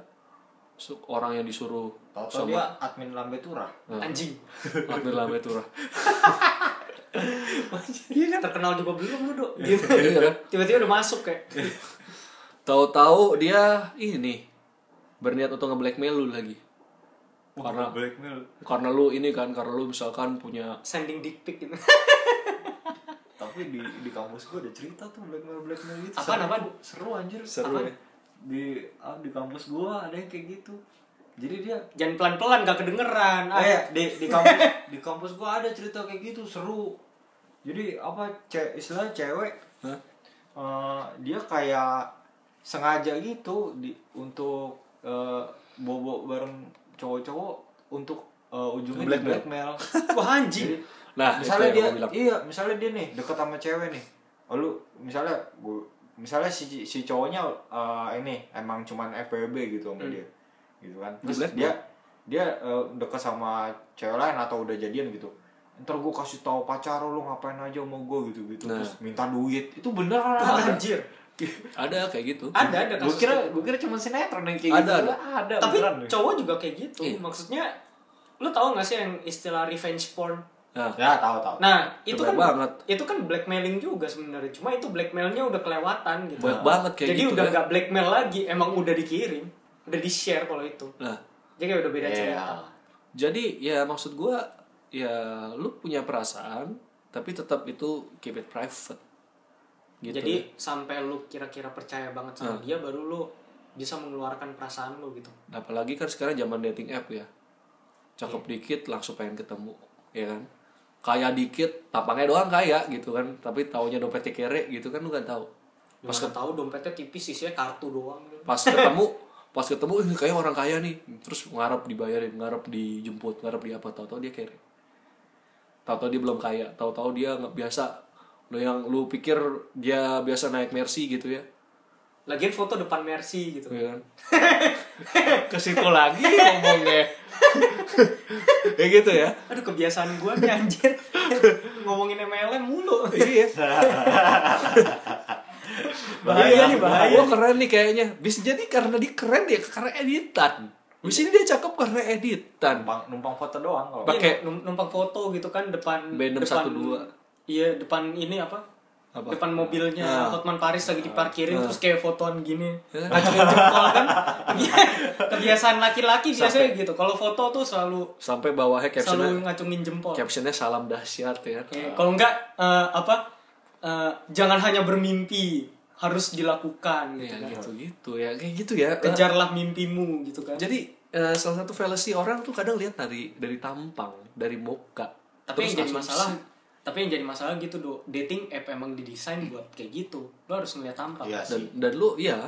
Speaker 2: su- orang yang disuruh
Speaker 3: Tahu-tahu dia admin lambe turah.
Speaker 2: Ya. Ah.
Speaker 1: Anjing.
Speaker 2: Abdul Lambe Turah.
Speaker 1: Iya kan? Terkenal juga belum lu, Dok.
Speaker 2: Iya kan?
Speaker 1: Tiba-tiba udah masuk kayak.
Speaker 2: tahu-tahu dia ini berniat untuk nge-blackmail lu lagi Karena-
Speaker 3: blackmail.
Speaker 2: karena lu ini kan karena lu misalkan punya
Speaker 1: sending dick pic gitu.
Speaker 3: Tapi di di kampus gua ada cerita tuh blackmail blackmail gitu.
Speaker 1: Apaan,
Speaker 3: Seru-
Speaker 1: apaan?
Speaker 3: Seru anjir.
Speaker 2: Seru
Speaker 3: Apaan?
Speaker 2: ya?
Speaker 3: Di ah, di kampus gua ada yang kayak gitu. Jadi dia
Speaker 1: Jangan pelan-pelan gak kedengeran. Ah,
Speaker 3: eh di di kampus di kampus gua ada cerita kayak gitu seru. Jadi apa ce, istilah cewek
Speaker 2: Hah?
Speaker 3: eh, dia kayak sengaja gitu di untuk eh, bobo bareng cowok-cowok untuk eh, ujungnya di
Speaker 2: Blackmail.
Speaker 3: blackmail.
Speaker 1: Wah anjing.
Speaker 2: nah
Speaker 3: misalnya
Speaker 2: itu
Speaker 3: dia
Speaker 2: yang gua bilang.
Speaker 3: iya misalnya dia nih deket sama cewek nih lalu misalnya gua misalnya si si cowoknya eh, ini emang cuman FPB gitu sama dia gitu kan terus
Speaker 2: Hmm. Di blackmail.
Speaker 3: dia dia eh, deket sama cewek lain atau udah jadian gitu ntar gue kasih tahu pacar lo ngapain aja sama gue gitu gitu
Speaker 2: Nah.
Speaker 3: terus minta duit itu
Speaker 2: ah,
Speaker 3: beneran
Speaker 1: Wah
Speaker 3: ada
Speaker 1: anjir.
Speaker 2: ada kayak gitu
Speaker 1: Ada ada
Speaker 3: gue
Speaker 1: kasus.
Speaker 3: kira gue kira cuma sinetron yang
Speaker 2: Ada,
Speaker 3: kayak gitu
Speaker 2: ada.
Speaker 3: Lah, ada
Speaker 1: Tapi
Speaker 3: beneran deh.
Speaker 1: cowok juga kayak gitu.
Speaker 2: Iya.
Speaker 1: Maksudnya lu tahu gak sih yang istilah revenge porn?
Speaker 2: nah
Speaker 3: ya tahu tahu
Speaker 1: Nah, itu
Speaker 2: Banyak
Speaker 1: kan
Speaker 2: banget.
Speaker 1: itu kan blackmailing juga sebenarnya. Cuma itu blackmailnya udah kelewatan gitu.
Speaker 2: Banyak banget kayak
Speaker 1: Jadi
Speaker 2: gitu,
Speaker 1: udah
Speaker 2: kan.
Speaker 1: gak blackmail lagi, emang udah dikirim, udah di-share kalau itu.
Speaker 2: nah
Speaker 1: Jadi kayak udah beda
Speaker 3: Iya.
Speaker 1: cerita.
Speaker 2: jadi ya maksud gua ya lu punya perasaan tapi tetap itu keep it private gitu Ah.
Speaker 1: Jadi sampai lu kira-kira percaya banget sama dia baru lu bisa mengeluarkan perasaan lu gitu.
Speaker 2: Nah, apalagi kan sekarang zaman dating app ya cakep dikit langsung pengen ketemu ya kan kaya dikit tampangnya doang kaya gitu kan tapi taunya dompetnya kere gitu kan lu kan tahu
Speaker 1: Pas tahu dompetnya tipis isinya kartu doang. gitu.
Speaker 2: pas ketemu pas ketemu "Ih, kayak orang kaya nih terus ngarep dibayarin ngarep dijemput ngarep di apa tahu-tahu dia kere tahu-tahu dia belum kaya tahu-tahu dia nggak biasa lo yang lu pikir dia biasa naik mercy gitu ya
Speaker 1: Lagian foto depan Mercy gitu.
Speaker 2: ya kan ke situ lagi ngomongnya ya gitu ya
Speaker 1: Aduh kebiasaan gua nih anjir. Ngomongin MLM mulu.
Speaker 2: iya Iya,
Speaker 1: Bahaya nih, bahaya.
Speaker 2: Wah, keren nih kayaknya bisa jadi karena dia keren ya karena editan bisa ini dia cakep karena editan
Speaker 3: numpang numpang foto doang kalau
Speaker 2: Pakai-
Speaker 1: Iya, num- numpang foto gitu kan depan
Speaker 2: B612.
Speaker 1: depan Iya, depan ini apa?
Speaker 2: Apa?
Speaker 1: Depan mobilnya
Speaker 2: Ah.
Speaker 1: Hotman Paris lagi diparkirin terus kayak fotoan gini.
Speaker 2: Ya.
Speaker 1: Ngajuin jempol kan. Kebiasaan laki-laki biasanya gitu. Kalau foto tuh selalu
Speaker 2: sampai bawahnya captionnya
Speaker 1: selalu ngacungin jempol.
Speaker 2: captionnya salam dahsyat ya kan?
Speaker 1: Ya, kalau enggak eh, apa? eh, jangan hanya bermimpi, harus dilakukan gitu
Speaker 2: ya
Speaker 1: kan.
Speaker 2: gitu gitu ya kayak gitu ya
Speaker 1: iya. Kejarlah mimpimu gitu kan.
Speaker 2: jadi eh, salah satu fallacy orang tuh kadang lihat dari dari tampang dari muka
Speaker 1: tapi yang jadi
Speaker 2: asumsi.
Speaker 1: masalah tapi yang jadi masalah gitu do dating app emang didesain buat kayak gitu lo harus ngeliat tampang
Speaker 3: Iya
Speaker 2: dan
Speaker 3: sih
Speaker 2: dan lu ya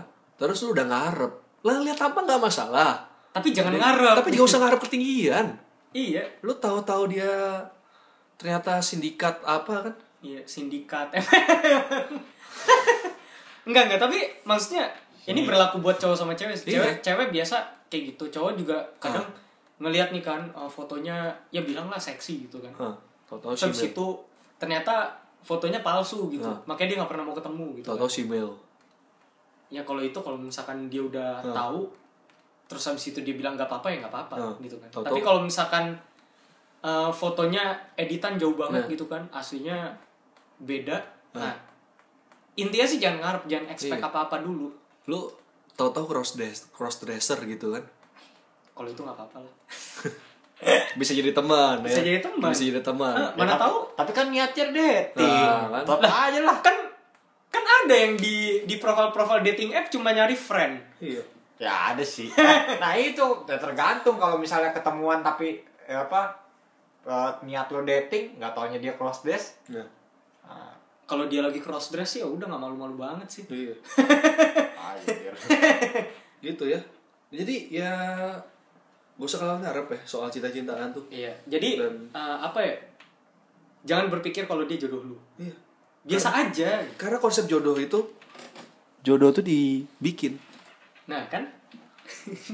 Speaker 2: terus lu udah ngarep lah lihat tampang nggak masalah
Speaker 1: tapi jangan ngarep
Speaker 2: tapi juga usah ngarep ketinggian
Speaker 1: iya
Speaker 2: lu tahu-tahu dia ternyata sindikat apa kan
Speaker 1: iya sindikat enggak enggak tapi maksudnya Ini berlaku buat cowok sama cewek. sih.
Speaker 2: Iya.
Speaker 1: Cewek, cewek biasa kayak gitu. Cowok juga kadang ngelihat nih kan eh, fotonya ya bilanglah seksi gitu kan.
Speaker 2: Hah, Toto
Speaker 1: Terus habis
Speaker 2: Shimel.
Speaker 1: itu ternyata fotonya palsu gitu.
Speaker 2: Hah.
Speaker 1: Makanya dia nggak pernah mau ketemu gitu.
Speaker 2: Toto Shimel.
Speaker 1: Ya kalau itu kalau misalkan dia udah
Speaker 2: Hah.
Speaker 1: tahu terus habis itu dia bilang nggak apa-apa ya nggak apa-apa
Speaker 2: Hah.
Speaker 1: gitu kan.
Speaker 2: Tahu-tahu-
Speaker 1: Tapi kalau misalkan eh, fotonya editan jauh banget
Speaker 2: Nah.
Speaker 1: gitu kan, aslinya beda. Nah, intinya sih jangan ngarep, jangan expect
Speaker 2: Iya.
Speaker 1: apa-apa dulu.
Speaker 2: Lu Toto cross dress cross dresser gitu kan.
Speaker 1: Kalau itu nggak apa-apa lah.
Speaker 2: Bisa jadi teman
Speaker 1: Bisa
Speaker 2: ya.
Speaker 1: jadi teman.
Speaker 2: Bisa jadi teman.
Speaker 1: Eh, mana
Speaker 3: tapi-
Speaker 1: tahu
Speaker 3: Tapi kan niatnya dating.
Speaker 2: Nah, kan.
Speaker 3: Tetap aja lah.
Speaker 1: kan kan ada yang di di profil-profil dating app cuma nyari friend.
Speaker 2: Iya.
Speaker 3: Ya ada sih. Nah, nah itu ya tergantung kalau misalnya ketemuan tapi ya apa eh, niat lo dating nggak taunya dia cross dress.
Speaker 2: Nah,
Speaker 3: Nah,
Speaker 1: Kalau dia lagi cross dress ya udah nggak malu-malu banget sih.
Speaker 2: iya.
Speaker 3: anjir.
Speaker 2: gitu ya. Jadi ya gak usah kalah ngarep ya soal cinta-cintaan tuh.
Speaker 1: Iya. Jadi
Speaker 2: Dan-
Speaker 1: eh, apa ya? Jangan berpikir kalau dia jodoh lu.
Speaker 2: Iya.
Speaker 1: Biasa aja.
Speaker 2: Karena konsep jodoh itu jodoh tuh dibikin.
Speaker 1: Nah, kan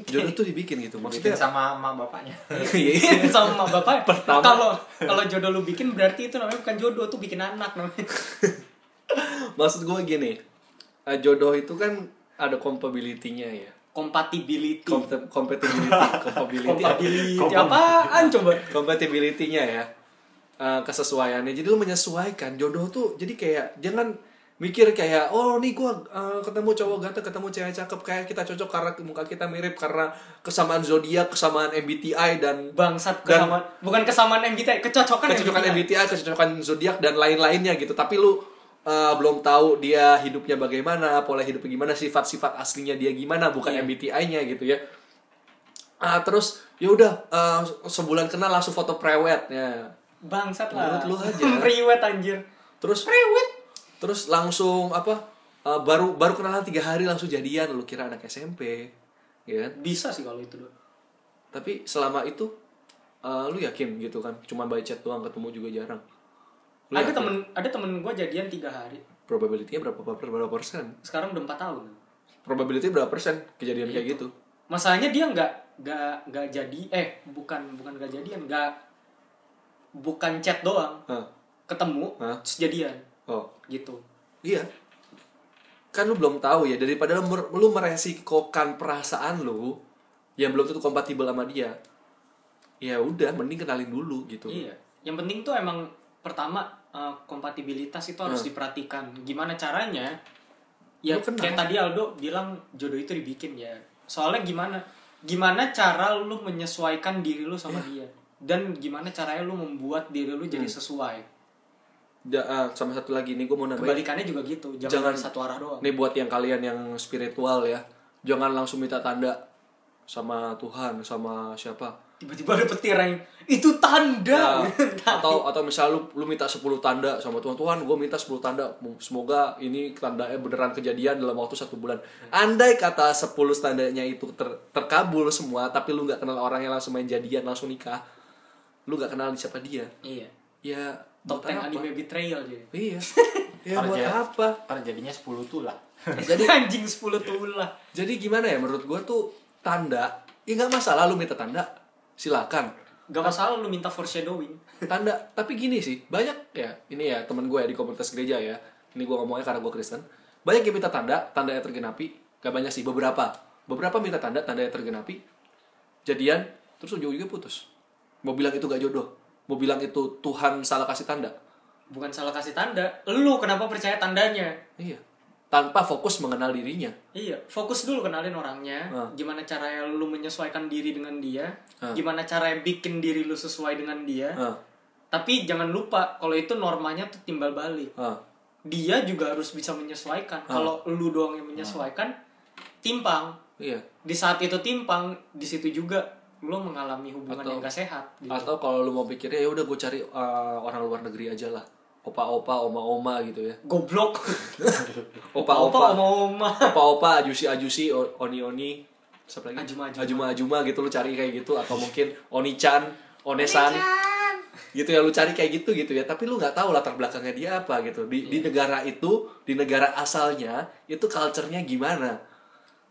Speaker 2: Jodoh tuh dibikin gitu. Maksudnya
Speaker 3: Maksudnya sama sama bapaknya.
Speaker 2: Iya.
Speaker 1: sama bapak
Speaker 2: Pertama.
Speaker 1: kalau kalau jodoh lu bikin berarti itu namanya bukan jodoh tuh bikin anak namanya.
Speaker 2: Maksud gue gini, eh, jodoh itu kan ada compatibility-nya ya.
Speaker 1: Compatibility.
Speaker 2: Com compatibility, compatibility,
Speaker 1: Compatibility apaan coba?
Speaker 2: compatibility-nya ya. Eh, kesesuaiannya. Jadi lu menyesuaikan jodoh tuh. Jadi kayak jangan mikir kayak oh nih gua eh, ketemu cowok ganteng, ketemu cewek cakep kayak kita cocok karena muka kita mirip karena kesamaan zodiak, kesamaan MBTI dan
Speaker 1: Bangsat
Speaker 2: Dan-
Speaker 1: kesamaan. bukan kesamaan MBTI, kecocokan,
Speaker 2: kecocokan MBTI, kecocokan zodiak dan lain-lainnya gitu. Tapi lu uh, belum tahu dia hidupnya bagaimana, pola hidupnya gimana, sifat-sifat aslinya dia gimana, bukan MBTI-nya gitu ya. Ah, terus ya udah uh, sebulan kenal langsung foto prewed ya.
Speaker 1: Bangsat lah.
Speaker 2: Menurut lu aja.
Speaker 1: Riwet anjir.
Speaker 2: Terus prewed. Terus langsung apa? uh, baru baru kenalan tiga hari langsung jadian lu kira anak SMP, ya kan?
Speaker 1: Bisa sih kalau itu doang.
Speaker 2: Tapi selama itu uh, lu yakin gitu kan? Cuma by chat doang ketemu juga jarang. Lu
Speaker 1: Ada
Speaker 2: yakin?
Speaker 1: temen ada temen gue jadian tiga hari.
Speaker 2: probability-nya berapa per- berapa persen?
Speaker 1: Sekarang udah empat tahun.
Speaker 2: Probability berapa persen kejadian kayak gitu?
Speaker 1: Masalahnya dia nggak nggak nggak jadi eh bukan bukan nggak jadian nggak bukan chat doang
Speaker 2: Hah.
Speaker 1: ketemu
Speaker 2: Hah?
Speaker 1: terus jadian
Speaker 2: Oh,
Speaker 1: gitu.
Speaker 2: iya. Kan lu belum tahu ya daripada lu, mer- lu meresikokan perasaan lu yang belum tentu kompatibel sama dia. Ya udah, mending kenalin dulu gitu.
Speaker 1: Iya. Yang penting tuh emang pertama eh, kompatibilitas itu harus diperhatikan. Gimana caranya? Ya
Speaker 2: Lu kenal.
Speaker 1: kayak tadi Aldo bilang jodoh itu dibikin ya. Soalnya gimana? Gimana cara lu menyesuaikan diri lu sama
Speaker 2: Iya.
Speaker 1: dia? Dan gimana caranya lu membuat diri lu
Speaker 2: Hmm.
Speaker 1: jadi sesuai?
Speaker 2: Da- ah, sama satu lagi nih gue mau nambahin.
Speaker 1: Kebalikannya juga gitu. Jangan,
Speaker 2: Jangan-
Speaker 1: dari satu arah doang.
Speaker 2: Nih buat yang kalian yang spiritual ya, jangan langsung minta tanda sama Tuhan, sama siapa.
Speaker 1: Tiba-tiba ada petir yang itu tanda.
Speaker 2: Ya, atau atau misal lu, lu minta 10 tanda sama Tuhan Tuhan gue minta 10 tanda semoga ini tandanya beneran kejadian dalam waktu satu bulan andai kata 10 tandanya itu ter- terkabul semua tapi lu nggak kenal orangnya langsung main jadian langsung nikah lu nggak kenal siapa dia
Speaker 1: iya.
Speaker 2: ya
Speaker 1: Top
Speaker 2: buat
Speaker 1: 10
Speaker 2: apa?
Speaker 1: anime betrayal jadi.
Speaker 2: iya ya buat
Speaker 3: Target.
Speaker 2: apa
Speaker 3: Ntar jadinya 10 tuh lah.
Speaker 1: Jadi anjing 10 tulah.
Speaker 2: jadi gimana ya menurut gue tuh tanda ya nggak masalah lu minta tanda silakan
Speaker 1: Gak masalah lu minta foreshadowing.
Speaker 2: tanda tapi gini sih banyak ya ini ya temen gue ya di komunitas gereja ya ini gue ngomongnya karena gue Kristen banyak yang minta tanda tanda yang tergenapi gak banyak sih beberapa beberapa minta tanda tanda yang tergenapi jadian terus ujung-ujungnya putus mau bilang itu gak jodoh mau bilang itu Tuhan salah kasih tanda
Speaker 1: bukan salah kasih tanda lu kenapa percaya tandanya
Speaker 2: iya tanpa fokus mengenal dirinya
Speaker 1: iya fokus dulu kenalin orangnya
Speaker 2: Nah.
Speaker 1: gimana caranya lu menyesuaikan diri dengan dia
Speaker 2: Nah.
Speaker 1: gimana caranya bikin diri lu sesuai dengan dia
Speaker 2: Hah,
Speaker 1: tapi jangan lupa kalau itu normanya tuh timbal balik
Speaker 2: hah.
Speaker 1: dia juga harus bisa menyesuaikan kalau lu doang yang menyesuaikan timpang
Speaker 2: iya
Speaker 1: di saat itu timpang di situ juga lu mengalami hubungan
Speaker 2: Atau-
Speaker 1: yang gak sehat gitu.
Speaker 2: atau kalau lu mau pikirnya ya udah gue cari uh, orang luar negeri aja lah opa-opa oma-oma gitu ya
Speaker 1: goblok
Speaker 2: opa-opa
Speaker 1: oma-oma
Speaker 2: opa-opa, ajusi-ajusi, o- oni-oni, siapa lagi?
Speaker 1: Ajuma-ajuma.
Speaker 2: Ajuma-ajuma gitu lu cari kayak gitu atau mungkin oni-chan, onesan. Gitu ya lu cari kayak gitu gitu ya, tapi lu nggak tahu latar belakangnya dia
Speaker 1: Iya.
Speaker 2: apa gitu. Di di negara itu, di negara asalnya, itu culture-nya gimana?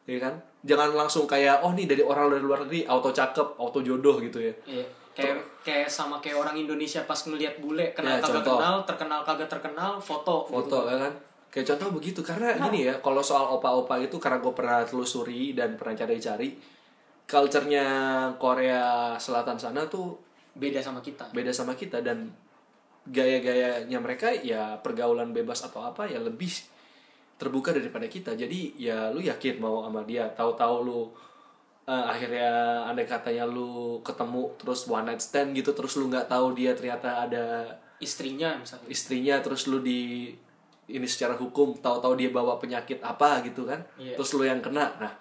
Speaker 2: ya kan jangan langsung kayak oh nih dari orang dari luar negeri auto cakep auto jodoh gitu ya
Speaker 1: Iya. Kayak, kayak sama kayak orang Indonesia pas ngelihat bule kenal
Speaker 2: Ya,
Speaker 1: kagak
Speaker 2: contoh.
Speaker 1: kenal terkenal kagak terkenal foto gitu.
Speaker 2: foto ya kan kayak contoh begitu karena gini ya kalau soal opa-opa itu karena gue pernah telusuri dan pernah cari-cari culture-nya Korea Selatan sana tuh
Speaker 1: beda sama kita
Speaker 2: beda sama kita dan gaya-gayanya mereka ya pergaulan bebas atau apa ya lebih terbuka daripada kita jadi ya lu yakin mau sama dia tahu-tahu lu eh, akhirnya andai katanya lu ketemu terus one night stand gitu terus lu nggak tahu dia ternyata ada
Speaker 1: istrinya misalnya
Speaker 2: istrinya terus lu di ini secara hukum tahu-tahu dia bawa penyakit apa gitu kan
Speaker 1: Iya.
Speaker 2: terus lu yang kena nah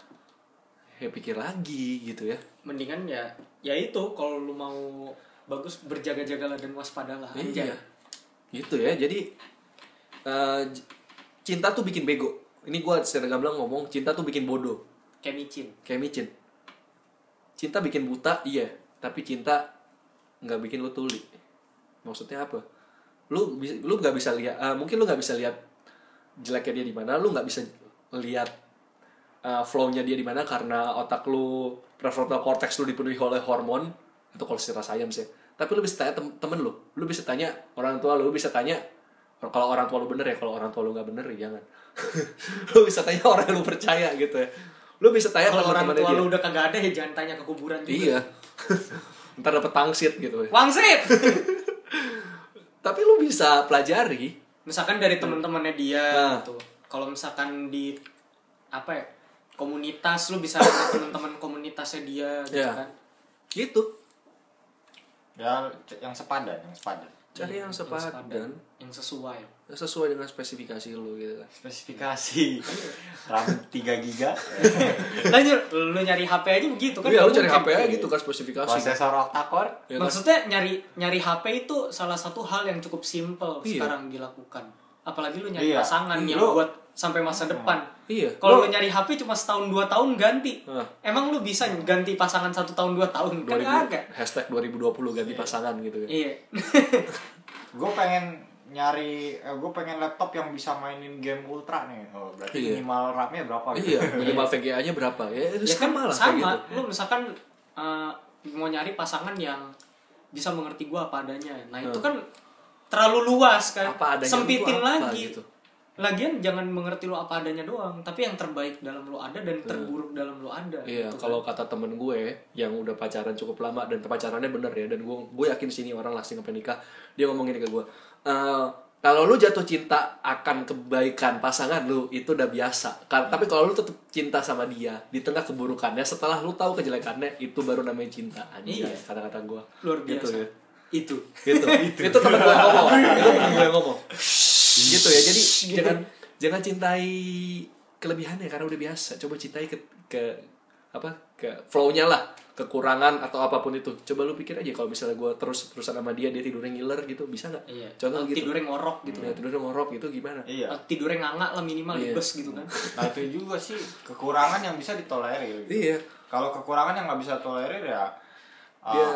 Speaker 2: ya pikir lagi gitu ya
Speaker 1: mendingan ya ya itu kalau lu mau bagus berjaga-jagalah dan waspadalah aja
Speaker 2: iya gitu ya jadi eh, j- cinta tuh bikin bego ini gua secara gamblang ngomong cinta tuh bikin bodoh
Speaker 1: kayak micin
Speaker 2: kayak micin cinta bikin buta iya tapi cinta nggak bikin lu tuli maksudnya apa lu bis- lu nggak bisa lihat ah, mungkin lu nggak bisa lihat jeleknya dia di mana lu nggak bisa lihat ah, flow-nya dia di mana karena otak lu prefrontal cortex lu dipenuhi oleh hormon atau kalau secara sains ya tapi lu bisa tanya tem- temen lu lu bisa tanya orang tua lu lu bisa tanya kalau orang tua lu bener ya kalau orang tua lu nggak bener ya jangan lu bisa tanya orang yang lu percaya gitu ya lu bisa tanya
Speaker 1: kalau orang
Speaker 2: teman-temannya
Speaker 1: tua
Speaker 2: dia.
Speaker 1: lu udah kagak ada ya jangan tanya ke kuburan juga
Speaker 2: Iya. Ntar dapet tangsit gitu. ya.
Speaker 1: wangsit
Speaker 2: Tapi lu bisa pelajari.
Speaker 1: misalkan dari teman-temannya dia
Speaker 2: Iya. Nah.
Speaker 1: gitu kalau misalkan di apa ya komunitas lu bisa lihat teman-teman komunitasnya dia gitu
Speaker 2: Iya.
Speaker 1: kan
Speaker 2: Gitu.
Speaker 3: ya c- yang sepadan yang sepadan
Speaker 2: Cari yang sepadan.
Speaker 1: Iya, yang sesuai
Speaker 2: Sesuai dengan spesifikasi lu gitu kan.
Speaker 3: spesifikasi RAM 3 giga
Speaker 1: lanjut lu nyari HP aja begitu kan
Speaker 2: Iya, lu
Speaker 1: Nggak
Speaker 2: cari
Speaker 1: mungkin.
Speaker 2: HP aja gitu kan spesifikasi.
Speaker 3: prosesor octa-core
Speaker 2: Ya kan?
Speaker 1: Maksudnya nyari nyari HP itu salah satu hal yang cukup simple
Speaker 2: Iya.
Speaker 1: sekarang dilakukan. Apalagi lu nyari
Speaker 3: Iya.
Speaker 1: pasangan yang
Speaker 3: Lu-
Speaker 1: buat sampai masa depan.
Speaker 2: Iya. Nah.
Speaker 1: Kalau lu nyari HP cuma setahun dua tahun ganti.
Speaker 2: Hah.
Speaker 1: Emang lu bisa ganti pasangan satu tahun dua tahun? Kan
Speaker 2: 2000,
Speaker 1: kagak.
Speaker 2: hashtag 2020 ganti pasangan gitu ya.
Speaker 1: Iya.
Speaker 3: gue pengen nyari gue pengen laptop yang bisa mainin game ultra nih oh, berarti
Speaker 2: Iya.
Speaker 3: minimal RAM-nya berapa gitu
Speaker 2: Iya, minimal VGA-nya berapa? Ya, itu
Speaker 1: ya kan
Speaker 2: sama lah kayak
Speaker 1: sama.
Speaker 2: gitu.
Speaker 1: Lu misalkan eh, mau nyari pasangan yang bisa mengerti gua apa adanya. Nah, itu kan terlalu luas kan.
Speaker 2: Hmm. Apa adanya lu
Speaker 1: Sempitin
Speaker 2: tuh apa
Speaker 1: lagi.
Speaker 2: gitu.
Speaker 1: Lagian jangan mengerti lu apa adanya doang, tapi yang terbaik dalam lu ada dan terburuk dalam lu ada.
Speaker 2: Iya,
Speaker 1: gitu kan.
Speaker 2: kalau kata temen gue yang udah pacaran cukup lama dan pacarannya bener ya dan gue gue yakin sini orang langsung pengen nikah dia ngomongin ke gue "Eh, kalau lu jatuh cinta akan kebaikan pasangan lu itu udah biasa Ka-
Speaker 1: Hmm.
Speaker 2: tapi kalau lu tetap cinta sama dia di tengah keburukannya setelah lu tahu kejelekannya itu baru namanya cinta anjay
Speaker 1: Iya.
Speaker 2: kata-kata gue
Speaker 1: luar biasa.
Speaker 2: gitu ya
Speaker 1: Itu.
Speaker 2: gitu itu temen gue yang ngomong
Speaker 3: Iya.
Speaker 2: itu temen gue yang ngomong gitu ya jadi jangan jangan cintai kelebihannya karena udah biasa coba cintai ke ke apa ke flownya lah kekurangan atau apapun itu coba lu pikir aja kalau misalnya gue terus terusan sama dia dia tidurnya ngiler gitu bisa nggak
Speaker 1: Iya.
Speaker 2: contoh gitu
Speaker 1: Tidurnya ngorok gitu. Eh,
Speaker 2: ya, tidurnya ngorok gitu gimana
Speaker 3: iya
Speaker 1: Tidurnya nganga lah minimal di
Speaker 2: Iya.
Speaker 1: bus gitu kan.
Speaker 3: nah itu juga sih kekurangan yang bisa ditolerir gitu.
Speaker 2: iya
Speaker 3: kalau kekurangan yang nggak bisa tolerir ya uh,
Speaker 2: Iya.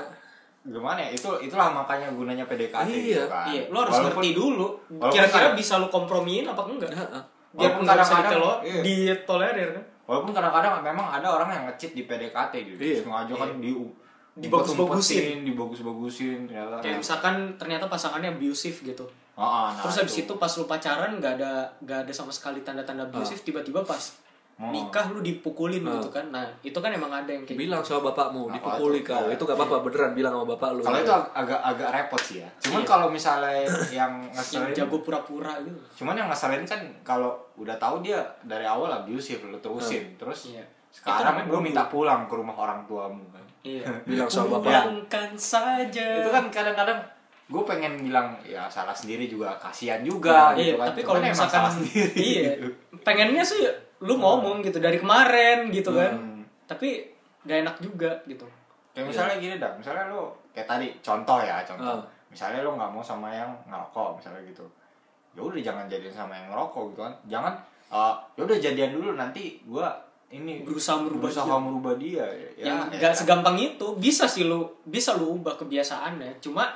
Speaker 3: gimana ya itu itulah makanya gunanya PDKT
Speaker 2: Iya.
Speaker 3: gitu kan
Speaker 1: Iya, lu harus
Speaker 3: Walaupun-
Speaker 1: ngerti dulu
Speaker 3: walaupun
Speaker 1: kira-kira
Speaker 3: kadang-
Speaker 1: bisa lu kompromiin apa enggak.
Speaker 2: Heeh.
Speaker 1: Biar
Speaker 3: Walaupun
Speaker 1: enggak bisa
Speaker 3: kadang-kadang,
Speaker 1: ditelo-
Speaker 3: iya.
Speaker 1: ditolerir kan.
Speaker 3: walaupun kadang-kadang memang ada orang yang ngecit di PDKT gitu
Speaker 2: Iya.
Speaker 3: sengaja kan di
Speaker 1: Dibagus-bagusin.
Speaker 3: dibagus-bagusin ternyata
Speaker 1: Kayak misalkan ternyata pasangannya abusive gitu.
Speaker 3: Ah, ah, nah,
Speaker 1: Terus habis itu pas lu pacaran nggak ada nggak ada sama sekali tanda-tanda abusive tiba-tiba pas
Speaker 3: Ah. Oh. Ah.
Speaker 1: nikah lu dipukulin gitu kan. Nah, itu kan emang ada yang kayak
Speaker 2: bilang sama bapakmu
Speaker 3: Nah,
Speaker 2: dipukuli kau
Speaker 3: kalau itu- Iya.
Speaker 2: itu gak apa-apa beneran bilang sama bapak lu Iya.
Speaker 3: kalau itu ag- agak agak repot sih ya cuman kalau misalnya yang
Speaker 1: Iya. gitu, yang
Speaker 3: ngeselin
Speaker 1: jago pura-pura gitu.
Speaker 3: cuman yang ngeselin kan kalau udah tahu dia dari awal abusive lu terusin terus
Speaker 1: Iya. Itu
Speaker 3: sekarang
Speaker 1: namanya
Speaker 3: gue minta pulang ke rumah orang tuamu kan
Speaker 1: Iya.
Speaker 2: Bilang sama bapak.
Speaker 1: Pulangkan saja.
Speaker 3: itu kan kadang-kadang gue pengen bilang ya salah sendiri juga kasihan juga
Speaker 1: iya,
Speaker 3: gitu kan
Speaker 1: tapi
Speaker 3: Cuman
Speaker 1: kalau
Speaker 3: emang
Speaker 1: misalkan
Speaker 3: salah sendiri
Speaker 1: iya,
Speaker 3: gitu.
Speaker 1: pengennya sih lu ngomong gitu dari kemarin gitu
Speaker 3: Hmm.
Speaker 1: kan. Tapi gak enak juga gitu.
Speaker 3: kayak misalnya gini dah misalnya lu kayak tadi contoh ya contoh
Speaker 2: Iya. Ah.
Speaker 3: misalnya lu nggak mau sama yang ngerokok misalnya gitu ya udah jangan jadian sama yang ngerokok gitu kan jangan eh, ya udah jadian dulu nanti gue ini
Speaker 1: Berusaha merubah
Speaker 3: berusaha
Speaker 1: dia.
Speaker 3: merubah dia ya,
Speaker 1: yang
Speaker 3: ya,
Speaker 1: gak segampang itu bisa sih lu bisa lu ubah kebiasaannya. Cuma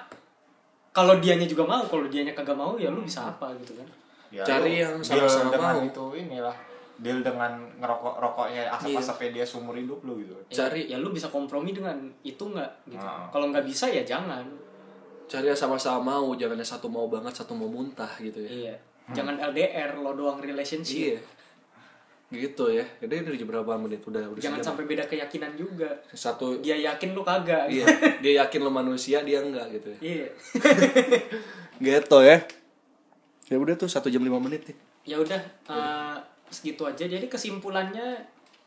Speaker 1: kalau dianya juga mau,
Speaker 3: Hmm.
Speaker 1: kalau dianya kagak mau ya lu bisa apa gitu kan.
Speaker 3: ya,
Speaker 2: Cari
Speaker 3: lu
Speaker 2: yang
Speaker 3: deal
Speaker 2: sama-sama
Speaker 3: dengan
Speaker 2: mau.
Speaker 3: itu inilah deal dengan ngerokok rokoknya
Speaker 2: Iya.
Speaker 3: asap-asapnya dia seumur hidup lu gitu
Speaker 1: Ya,
Speaker 2: Cari-
Speaker 1: ya, lu bisa kompromi dengan itu nggak gitu
Speaker 3: Ah.
Speaker 1: kalau nggak bisa ya jangan
Speaker 2: Cari yang sama-sama mau, jangan yang satu mau banget, satu mau muntah gitu ya.
Speaker 1: iya
Speaker 3: Hmm.
Speaker 1: jangan LDR lo doang relationship
Speaker 2: Iya. Gitu ya. Jadi ini udah berapa menit udah udah
Speaker 1: jangan
Speaker 2: sejam.
Speaker 1: sampai beda keyakinan juga
Speaker 2: satu
Speaker 1: dia yakin lu kagak gitu.
Speaker 2: iya, dia yakin lo manusia, dia enggak gitu ya.
Speaker 1: iya
Speaker 2: Gitu ya. Ya udah tuh satu jam lima menit nih.
Speaker 1: ya udah eh, segitu aja jadi kesimpulannya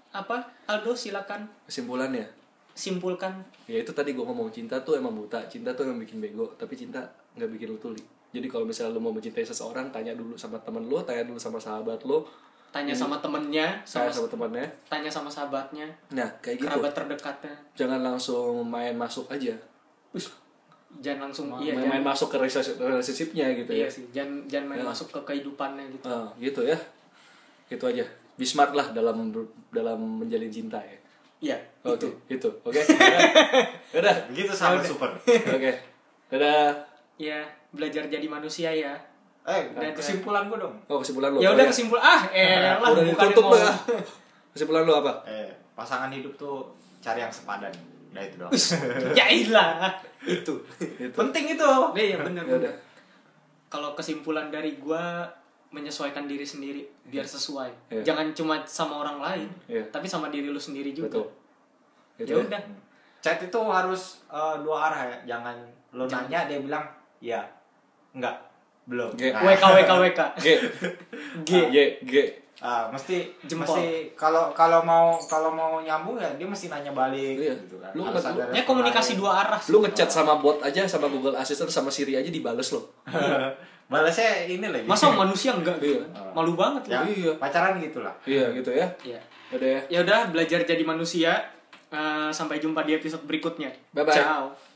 Speaker 1: apa Aldo silakan
Speaker 2: Kesimpulannya,
Speaker 1: simpulkan
Speaker 2: ya itu tadi gue ngomong cinta tuh emang buta, cinta tuh emang bikin bego, tapi cinta nggak bikin lo tuli. Jadi kalau misalnya lo mau mencintai seseorang, tanya dulu sama temen lo, tanya dulu sama sahabat lo,
Speaker 1: tanya sama temennya sama
Speaker 2: tanya sama temannya.
Speaker 1: tanya sama sahabatnya
Speaker 2: Nah kayak gitu.
Speaker 1: kerabat terdekatnya
Speaker 2: Jangan langsung main masuk aja.
Speaker 1: jangan langsung iya
Speaker 2: main, main
Speaker 1: jangan,
Speaker 2: masuk ke relationship- relationshipnya gitu
Speaker 1: iya
Speaker 2: ya.
Speaker 1: sih jangan jangan main masuk ke kehidupannya gitu
Speaker 2: Ah, gitu ya. Itu aja. Bismart lah dalam dalam menjalin cinta ya.
Speaker 1: iya
Speaker 2: Oke,
Speaker 1: itu
Speaker 2: itu. Oke. Dadah. Dadah.
Speaker 3: begitu sangat Gitu, super
Speaker 2: Ya Oke. Dadah.
Speaker 1: ya belajar jadi manusia ya
Speaker 3: eh
Speaker 1: Dadah.
Speaker 3: kesimpulan gua dong
Speaker 2: Oh, kesimpulan lu.
Speaker 1: ya udah
Speaker 2: Oh,
Speaker 1: kesimpul ah eh lah
Speaker 2: Udah
Speaker 1: bukan yang
Speaker 2: ditutup lu
Speaker 1: mau-
Speaker 2: ya. Kesimpulan lu apa?
Speaker 3: eh pasangan hidup tuh cari yang sepadan udah itu doang
Speaker 1: ya ilah itu
Speaker 2: Gitu.
Speaker 3: penting itu
Speaker 1: Iya, ya benar
Speaker 2: Ya udah.
Speaker 1: benar. Kalau kesimpulan dari gua menyesuaikan diri sendiri biar sesuai.
Speaker 2: Iya.
Speaker 1: Jangan cuma sama orang lain,
Speaker 2: Iya.
Speaker 1: tapi sama diri lu sendiri juga.
Speaker 2: Betul. Gitu
Speaker 1: ya
Speaker 2: ya.
Speaker 1: udah.
Speaker 3: chat itu harus eh, dua arah ya jangan lo nanya dia bilang ya enggak belum
Speaker 2: Oke.
Speaker 3: Nah,
Speaker 1: WK WK WK.
Speaker 2: G.
Speaker 1: G.
Speaker 2: G. G.
Speaker 3: ah, mesti
Speaker 1: Jempol.
Speaker 3: mesti kalau kalau mau kalau mau nyambung ya dia mesti nanya balik
Speaker 2: Iya.
Speaker 3: gitu kan
Speaker 2: Lu
Speaker 3: Harus
Speaker 2: kan-
Speaker 3: ada
Speaker 1: Ya
Speaker 3: respon
Speaker 1: komunikasi
Speaker 3: lain.
Speaker 1: dua arah. sih.
Speaker 2: Lu ngechat sama bot aja sama Google Assistant sama Siri aja dibales lo.
Speaker 3: balasnya ini lagi
Speaker 1: Masa manusia enggak gitu?
Speaker 3: Iya.
Speaker 1: Malu banget
Speaker 3: ya,
Speaker 1: lu.
Speaker 2: Iya.
Speaker 3: pacaran gitulah
Speaker 2: Iya, gitu ya.
Speaker 1: Iya.
Speaker 2: Udah ya.
Speaker 1: Ya udah belajar jadi manusia. Eh, sampai jumpa di episode berikutnya.
Speaker 2: Bye-bye.
Speaker 1: Ciao.